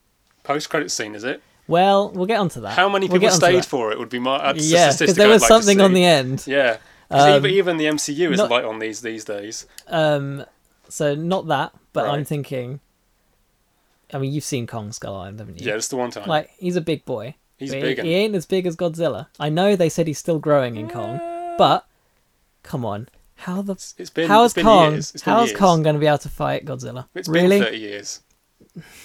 [SPEAKER 2] Post credit scene, is it?
[SPEAKER 1] Well, we'll get onto that.
[SPEAKER 2] How many
[SPEAKER 1] We'll
[SPEAKER 2] people
[SPEAKER 1] get onto
[SPEAKER 2] stayed
[SPEAKER 1] that.
[SPEAKER 2] for it would be my that's the
[SPEAKER 1] Yeah,
[SPEAKER 2] statistic
[SPEAKER 1] because there
[SPEAKER 2] I'd
[SPEAKER 1] was
[SPEAKER 2] like to
[SPEAKER 1] something on
[SPEAKER 2] see.
[SPEAKER 1] the end.
[SPEAKER 2] Yeah. 'Cause
[SPEAKER 1] Um,
[SPEAKER 2] even, even the MCU is
[SPEAKER 1] not-
[SPEAKER 2] light on these these days.
[SPEAKER 1] Um, so not that, but I'm
[SPEAKER 2] Right.
[SPEAKER 1] thinking. I mean, you've seen Kong Skull Island, haven't you?
[SPEAKER 2] Yeah, that's the one time.
[SPEAKER 1] Like he's a big boy.
[SPEAKER 2] He's
[SPEAKER 1] But he-
[SPEAKER 2] big and-
[SPEAKER 1] He ain't as big as Godzilla. I know they said he's still growing in Kong, but come on, how the
[SPEAKER 2] it's been
[SPEAKER 1] how
[SPEAKER 2] Uh, it's
[SPEAKER 1] is
[SPEAKER 2] been
[SPEAKER 1] Kong
[SPEAKER 2] years. It's been
[SPEAKER 1] how is
[SPEAKER 2] years.
[SPEAKER 1] Kong going to be able to fight Godzilla?
[SPEAKER 2] It's
[SPEAKER 1] really?
[SPEAKER 2] been thirty years.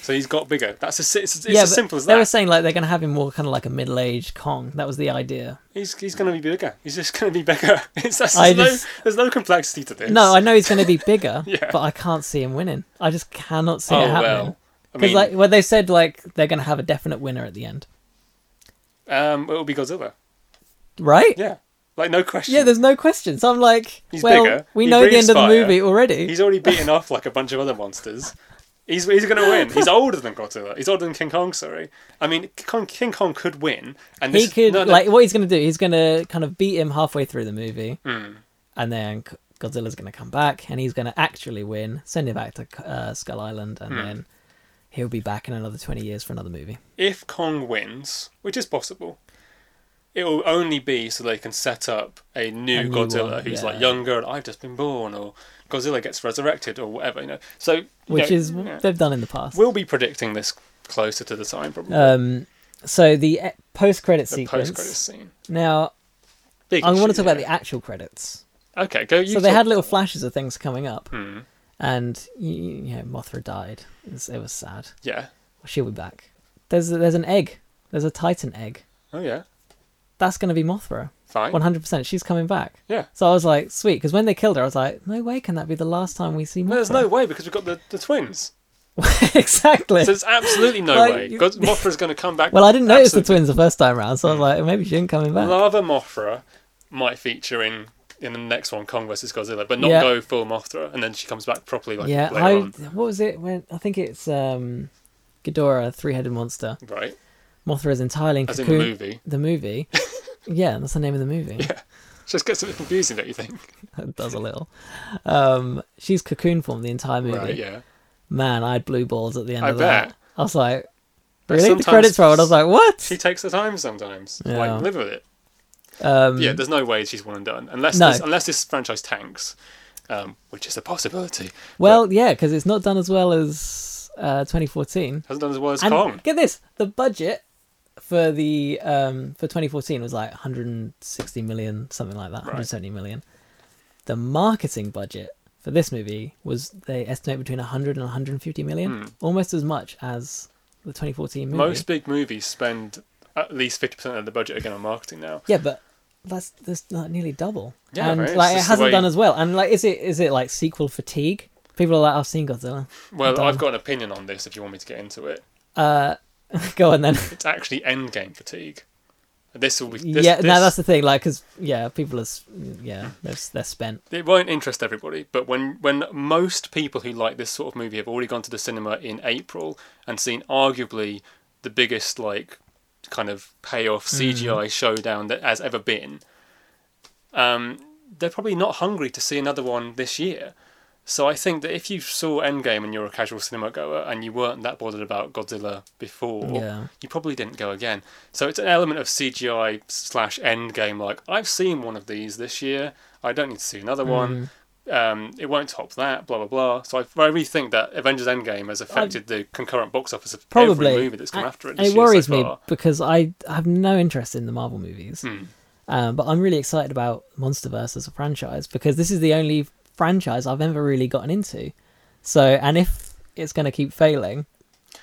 [SPEAKER 2] So he's got bigger. That's as, si- it's, it's
[SPEAKER 1] yeah,
[SPEAKER 2] as
[SPEAKER 1] but
[SPEAKER 2] simple as
[SPEAKER 1] they were
[SPEAKER 2] that.
[SPEAKER 1] saying like they're gonna have him more kind of like a middle-aged Kong. That was the idea.
[SPEAKER 2] He's, he's going to be bigger. He's just going to be bigger. It's, that's,
[SPEAKER 1] I
[SPEAKER 2] there's, no,
[SPEAKER 1] just-
[SPEAKER 2] there's no complexity to this.
[SPEAKER 1] No, I know he's gonna be bigger,
[SPEAKER 2] Yeah.
[SPEAKER 1] but I can't see him winning. I just cannot see
[SPEAKER 2] oh
[SPEAKER 1] it happening.
[SPEAKER 2] well. I
[SPEAKER 1] Because
[SPEAKER 2] mean,
[SPEAKER 1] like when they said like they're gonna have a definite winner at the end,
[SPEAKER 2] um, it'll be Godzilla.
[SPEAKER 1] right?
[SPEAKER 2] Yeah, like no question.
[SPEAKER 1] Yeah, there's no question. So I'm like,
[SPEAKER 2] He's
[SPEAKER 1] well,
[SPEAKER 2] bigger.
[SPEAKER 1] we
[SPEAKER 2] He
[SPEAKER 1] know the
[SPEAKER 2] breathes
[SPEAKER 1] end of the
[SPEAKER 2] fire.
[SPEAKER 1] movie already.
[SPEAKER 2] He's already beaten off like a bunch of other monsters. He's he's gonna win. He's older than Godzilla. He's older than King Kong. Sorry. I mean, Kong, King Kong could win, and
[SPEAKER 1] he
[SPEAKER 2] this,
[SPEAKER 1] could
[SPEAKER 2] no, no,
[SPEAKER 1] like what he's gonna do. He's gonna kind of beat him halfway through the movie,
[SPEAKER 2] Hmm.
[SPEAKER 1] and then K- Godzilla's gonna come back, and he's gonna actually win. Send him back to uh, Skull Island,
[SPEAKER 2] Hmm.
[SPEAKER 1] and then he'll be back in another twenty years for another movie.
[SPEAKER 2] if Kong wins, which is possible, it will only be so they can set up a new,
[SPEAKER 1] A new
[SPEAKER 2] Godzilla
[SPEAKER 1] one,
[SPEAKER 2] who's
[SPEAKER 1] yeah.
[SPEAKER 2] like younger and I've just been born, or Godzilla gets resurrected, or whatever. You know. So you
[SPEAKER 1] Which
[SPEAKER 2] know,
[SPEAKER 1] is what
[SPEAKER 2] yeah.
[SPEAKER 1] they've done in the past.
[SPEAKER 2] we'll be predicting this closer to the time probably.
[SPEAKER 1] Um, so the e- post-credit
[SPEAKER 2] the
[SPEAKER 1] sequence.
[SPEAKER 2] post credit scene.
[SPEAKER 1] Now
[SPEAKER 2] Big
[SPEAKER 1] I want
[SPEAKER 2] issue
[SPEAKER 1] to talk about
[SPEAKER 2] there.
[SPEAKER 1] the actual credits.
[SPEAKER 2] Okay, go. You
[SPEAKER 1] so they
[SPEAKER 2] talk-
[SPEAKER 1] had little flashes of things coming up,
[SPEAKER 2] Hmm,
[SPEAKER 1] and you, you know Mothra died. It was, it was sad.
[SPEAKER 2] yeah.
[SPEAKER 1] She'll be back. There's there's an egg. There's a Titan egg.
[SPEAKER 2] Oh yeah.
[SPEAKER 1] That's gonna be Mothra.
[SPEAKER 2] Fine.
[SPEAKER 1] One hundred percent. She's coming back.
[SPEAKER 2] Yeah.
[SPEAKER 1] So I was like, sweet, because when they killed her, I was like, no way can that be the last time we see Mothra.
[SPEAKER 2] No, there's no way because we've got the, the twins.
[SPEAKER 1] exactly.
[SPEAKER 2] So there's absolutely no
[SPEAKER 1] Like,
[SPEAKER 2] way.
[SPEAKER 1] you-
[SPEAKER 2] God, Mothra's going to come back.
[SPEAKER 1] Well, I didn't notice the
[SPEAKER 2] absolutely.
[SPEAKER 1] twins the first time round,
[SPEAKER 2] Hmm.
[SPEAKER 1] so I was like, maybe she didn't coming back.
[SPEAKER 2] Lava Mothra might feature in in the next one, Kong versus Godzilla, but not
[SPEAKER 1] Yeah.
[SPEAKER 2] go full Mothra, and then she comes back properly like
[SPEAKER 1] yeah.
[SPEAKER 2] later
[SPEAKER 1] I
[SPEAKER 2] on.
[SPEAKER 1] what was it when I think it's um, Ghidorah, three-headed monster.
[SPEAKER 2] Right,
[SPEAKER 1] Mothra is entirely in
[SPEAKER 2] as
[SPEAKER 1] cocoon.
[SPEAKER 2] in the movie.
[SPEAKER 1] the movie. yeah, that's the name of the movie.
[SPEAKER 2] Just gets a bit confusing, don't you think?
[SPEAKER 1] It does a little. Um, she's cocoon form the entire movie.
[SPEAKER 2] Right, yeah.
[SPEAKER 1] Man, I had blue balls at the end
[SPEAKER 2] I
[SPEAKER 1] of that.
[SPEAKER 2] bet.
[SPEAKER 1] I was like,
[SPEAKER 2] But
[SPEAKER 1] really? The
[SPEAKER 2] sometimes
[SPEAKER 1] credits rolled. I was like, what?
[SPEAKER 2] She takes her time sometimes.
[SPEAKER 1] Yeah.
[SPEAKER 2] Like live with it.
[SPEAKER 1] Um,
[SPEAKER 2] Yeah, there's no way she's one and done unless
[SPEAKER 1] No.
[SPEAKER 2] this, unless this franchise tanks, um, which is a possibility.
[SPEAKER 1] well, yeah, because it's not done as well as uh, 2014.
[SPEAKER 2] Hasn't done as well as
[SPEAKER 1] And
[SPEAKER 2] Kong.
[SPEAKER 1] get this, the budget for the um, for 2014 was like 160 million, something like that,
[SPEAKER 2] Right.
[SPEAKER 1] 170 million. The marketing budget for this movie was they estimate between 100 and 150 million, almost as much as the 2014 movie.
[SPEAKER 2] Hmm. Most big movies spend at least fifty percent of the budget again on marketing now.
[SPEAKER 1] Yeah, but that's that's not nearly double.
[SPEAKER 2] Yeah,
[SPEAKER 1] and
[SPEAKER 2] right, it's
[SPEAKER 1] like it
[SPEAKER 2] just the
[SPEAKER 1] hasn't
[SPEAKER 2] way-
[SPEAKER 1] done as well. And like, is it is it like sequel fatigue? People are like, I've seen Godzilla.
[SPEAKER 2] Well,
[SPEAKER 1] Done.
[SPEAKER 2] I've got an opinion on this. If you want me to get into it,
[SPEAKER 1] Uh, go on then.
[SPEAKER 2] it's actually endgame fatigue. This will be this,
[SPEAKER 1] yeah,
[SPEAKER 2] This,
[SPEAKER 1] no, that's the thing. Like, because yeah, people are s- yeah, they're s- they're spent.
[SPEAKER 2] it won't interest everybody. But when when most people who like this sort of movie have already gone to the cinema in April and seen arguably the biggest like kind of payoff
[SPEAKER 1] Mm.
[SPEAKER 2] CGI showdown that has ever been, um, they're probably not hungry to see another one this year. So I think that if you saw Endgame and you're a casual cinema goer and you weren't that bothered about Godzilla before,
[SPEAKER 1] Yeah.
[SPEAKER 2] you probably didn't go again. So it's an element of CGI slash Endgame. Like I've seen one of these this year. I don't need to see another
[SPEAKER 1] Mm.
[SPEAKER 2] one. Um, it won't top that. Blah blah blah. So I, I really think that Avengers Endgame has affected the concurrent box office of
[SPEAKER 1] Probably.
[SPEAKER 2] every movie that's come
[SPEAKER 1] And-
[SPEAKER 2] after it.
[SPEAKER 1] and
[SPEAKER 2] This
[SPEAKER 1] it worries
[SPEAKER 2] year so
[SPEAKER 1] me
[SPEAKER 2] far. Hmm.
[SPEAKER 1] because I have no interest in the Marvel movies, um, but I'm really excited about MonsterVerse as a franchise because this is the only franchise I've ever really gotten into. So, and if it's going to keep failing,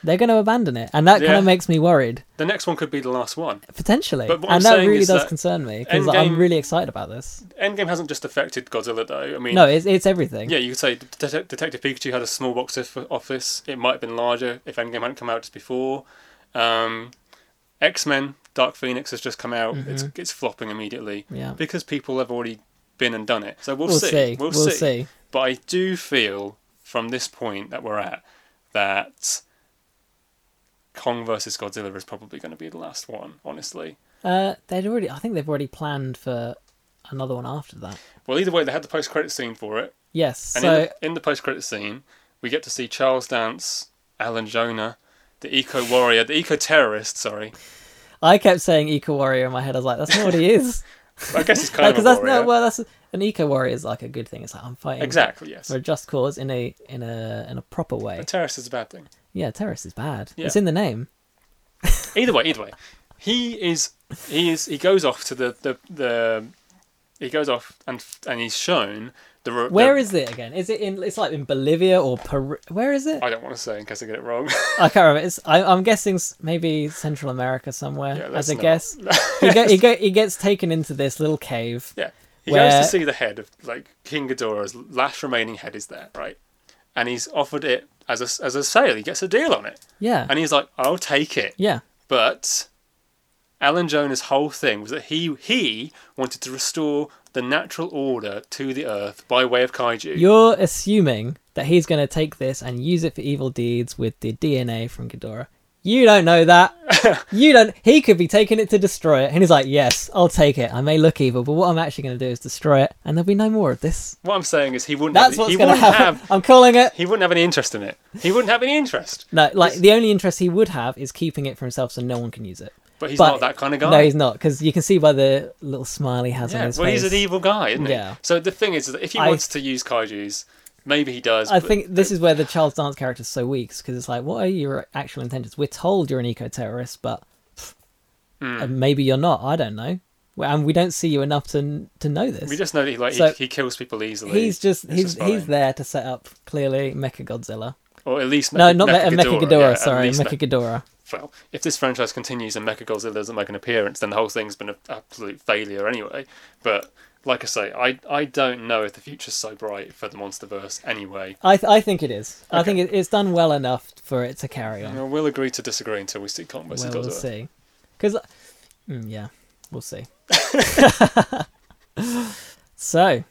[SPEAKER 1] they're going to abandon it, and that kind
[SPEAKER 2] Yeah.
[SPEAKER 1] of makes me worried
[SPEAKER 2] The next one could be the last one.
[SPEAKER 1] potentially.
[SPEAKER 2] But what I'm
[SPEAKER 1] and that
[SPEAKER 2] saying
[SPEAKER 1] really
[SPEAKER 2] is
[SPEAKER 1] does
[SPEAKER 2] that
[SPEAKER 1] concern me because I'm
[SPEAKER 2] Endgame-
[SPEAKER 1] really excited about this.
[SPEAKER 2] Endgame hasn't just affected Godzilla though. I mean,
[SPEAKER 1] No, it's it's everything.
[SPEAKER 2] Yeah, you could say Det- Det- Detective Pikachu had a small box of- office. It might have been larger if Endgame hadn't come out just before. Um, X Men Dark Phoenix has just come out. It's it's flopping immediately
[SPEAKER 1] Mm-hmm. Yeah.
[SPEAKER 2] because people have already been and done it. So we'll,
[SPEAKER 1] We'll
[SPEAKER 2] see.
[SPEAKER 1] see.
[SPEAKER 2] We'll,
[SPEAKER 1] We'll
[SPEAKER 2] see.
[SPEAKER 1] see.
[SPEAKER 2] But I do feel from this point that we're at that Kong versus Godzilla is probably going to be the last one. Honestly,
[SPEAKER 1] Uh, they'd already. I think they've already planned for another one after that.
[SPEAKER 2] well, either way, they had the post credit scene for it.
[SPEAKER 1] Yes.
[SPEAKER 2] And
[SPEAKER 1] so
[SPEAKER 2] in the, in the post-credit scene, we get to see Charles Dance, Alan Jonah, the eco warrior, the eco terrorist. Sorry,
[SPEAKER 1] I kept saying eco warrior in my head. I was like, that's not what he is.
[SPEAKER 2] I guess he's kind
[SPEAKER 1] Because
[SPEAKER 2] of a
[SPEAKER 1] that's
[SPEAKER 2] warrior.
[SPEAKER 1] no. Well, that's an eco warrior is like a good thing. It's like I'm fighting
[SPEAKER 2] exactly, yes.
[SPEAKER 1] for a just cause in a in a in a proper
[SPEAKER 2] A
[SPEAKER 1] way.
[SPEAKER 2] terrorist is a bad thing.
[SPEAKER 1] Yeah, terrorist is bad.
[SPEAKER 2] Yeah.
[SPEAKER 1] It's in the name.
[SPEAKER 2] Either way, either way, he is he is he goes off to the the, the he goes off and and he's shown The, ro- the-
[SPEAKER 1] Where is it again? Is it in? It's like in Bolivia or Peru. Where is it?
[SPEAKER 2] I don't want to say in case I get it wrong.
[SPEAKER 1] I can't remember. It's, I, I'm guessing s- maybe Central America somewhere
[SPEAKER 2] yeah,
[SPEAKER 1] as
[SPEAKER 2] that's
[SPEAKER 1] a
[SPEAKER 2] not-
[SPEAKER 1] guess. He, go, he, go, he gets taken into this little cave.
[SPEAKER 2] Yeah. He goes
[SPEAKER 1] Where-
[SPEAKER 2] to see the head of like King Ghidorah's last remaining head is there, right? And he's offered it as a as a sale. He gets a deal on it,
[SPEAKER 1] Yeah.
[SPEAKER 2] and he's like, "I'll take it."
[SPEAKER 1] yeah.
[SPEAKER 2] But Alan Jonah's whole thing was that he he wanted to restore the natural order to the Earth by way of kaiju.
[SPEAKER 1] You're assuming that he's going to take this and use it for evil deeds with the DNA from Ghidorah. You don't know that. you don't. He could be taking it to destroy it, and he's like, "Yes, I'll take it. I may look evil, but what I'm actually going to do is destroy it, and there'll be no more of this."
[SPEAKER 2] what I'm saying is he wouldn't.
[SPEAKER 1] That's
[SPEAKER 2] have,
[SPEAKER 1] what's
[SPEAKER 2] he
[SPEAKER 1] going to
[SPEAKER 2] wouldn't
[SPEAKER 1] happen.
[SPEAKER 2] have
[SPEAKER 1] I'm calling it.
[SPEAKER 2] he wouldn't have any interest in it. He wouldn't have any interest.
[SPEAKER 1] No, like the only interest he would have is keeping it for himself, so no one can use it.
[SPEAKER 2] But he's
[SPEAKER 1] But-
[SPEAKER 2] not that kind of guy.
[SPEAKER 1] No, he's not, because you can see by the little smile he has on
[SPEAKER 2] Yeah,
[SPEAKER 1] his
[SPEAKER 2] well,
[SPEAKER 1] face.
[SPEAKER 2] he's an evil guy, isn't he?
[SPEAKER 1] Yeah.
[SPEAKER 2] So the thing is that if he
[SPEAKER 1] I-
[SPEAKER 2] wants to use kaiju's, maybe he does.
[SPEAKER 1] I
[SPEAKER 2] but
[SPEAKER 1] think this is where the Charles Dance character is so weak because it's like, what are your actual intentions? We're told you're an eco terrorist, but pff,
[SPEAKER 2] Hmm.
[SPEAKER 1] uh, maybe you're not. I don't know. Well, And we don't see you enough to to know this.
[SPEAKER 2] we just know that he, like
[SPEAKER 1] So-
[SPEAKER 2] he, he kills people easily.
[SPEAKER 1] he's just
[SPEAKER 2] It's
[SPEAKER 1] he's he's
[SPEAKER 2] fine.
[SPEAKER 1] there to set up clearly Mecha Godzilla.
[SPEAKER 2] or at least
[SPEAKER 1] No,
[SPEAKER 2] Mecha-
[SPEAKER 1] not Mecha Mecha
[SPEAKER 2] Mechaghidorah,
[SPEAKER 1] Ghidorah.
[SPEAKER 2] yeah, at
[SPEAKER 1] sorry,
[SPEAKER 2] least
[SPEAKER 1] Mecha Ghidorah.
[SPEAKER 2] well, if this franchise continues and Mechagodzilla doesn't make an appearance, then the whole thing's been an absolute failure anyway. But like I say, I I don't know if the future's so bright for the MonsterVerse anyway.
[SPEAKER 1] I th- I think it is. I
[SPEAKER 2] Okay.
[SPEAKER 1] think it, it's done well enough for it to carry on.
[SPEAKER 2] And we'll agree to disagree until we see Kong versus
[SPEAKER 1] well, we'll
[SPEAKER 2] Godzilla.
[SPEAKER 1] see. Because, yeah, we'll see. so,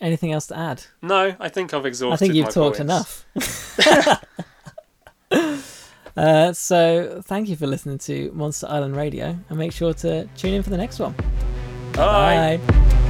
[SPEAKER 1] anything else to add?
[SPEAKER 2] No, I think I've exhausted.
[SPEAKER 1] I think
[SPEAKER 2] my
[SPEAKER 1] you've talked
[SPEAKER 2] points.
[SPEAKER 1] enough. uh, so, thank you for listening to Monster Island Radio, and make sure to tune in for the next one.
[SPEAKER 2] Bye.
[SPEAKER 1] Bye.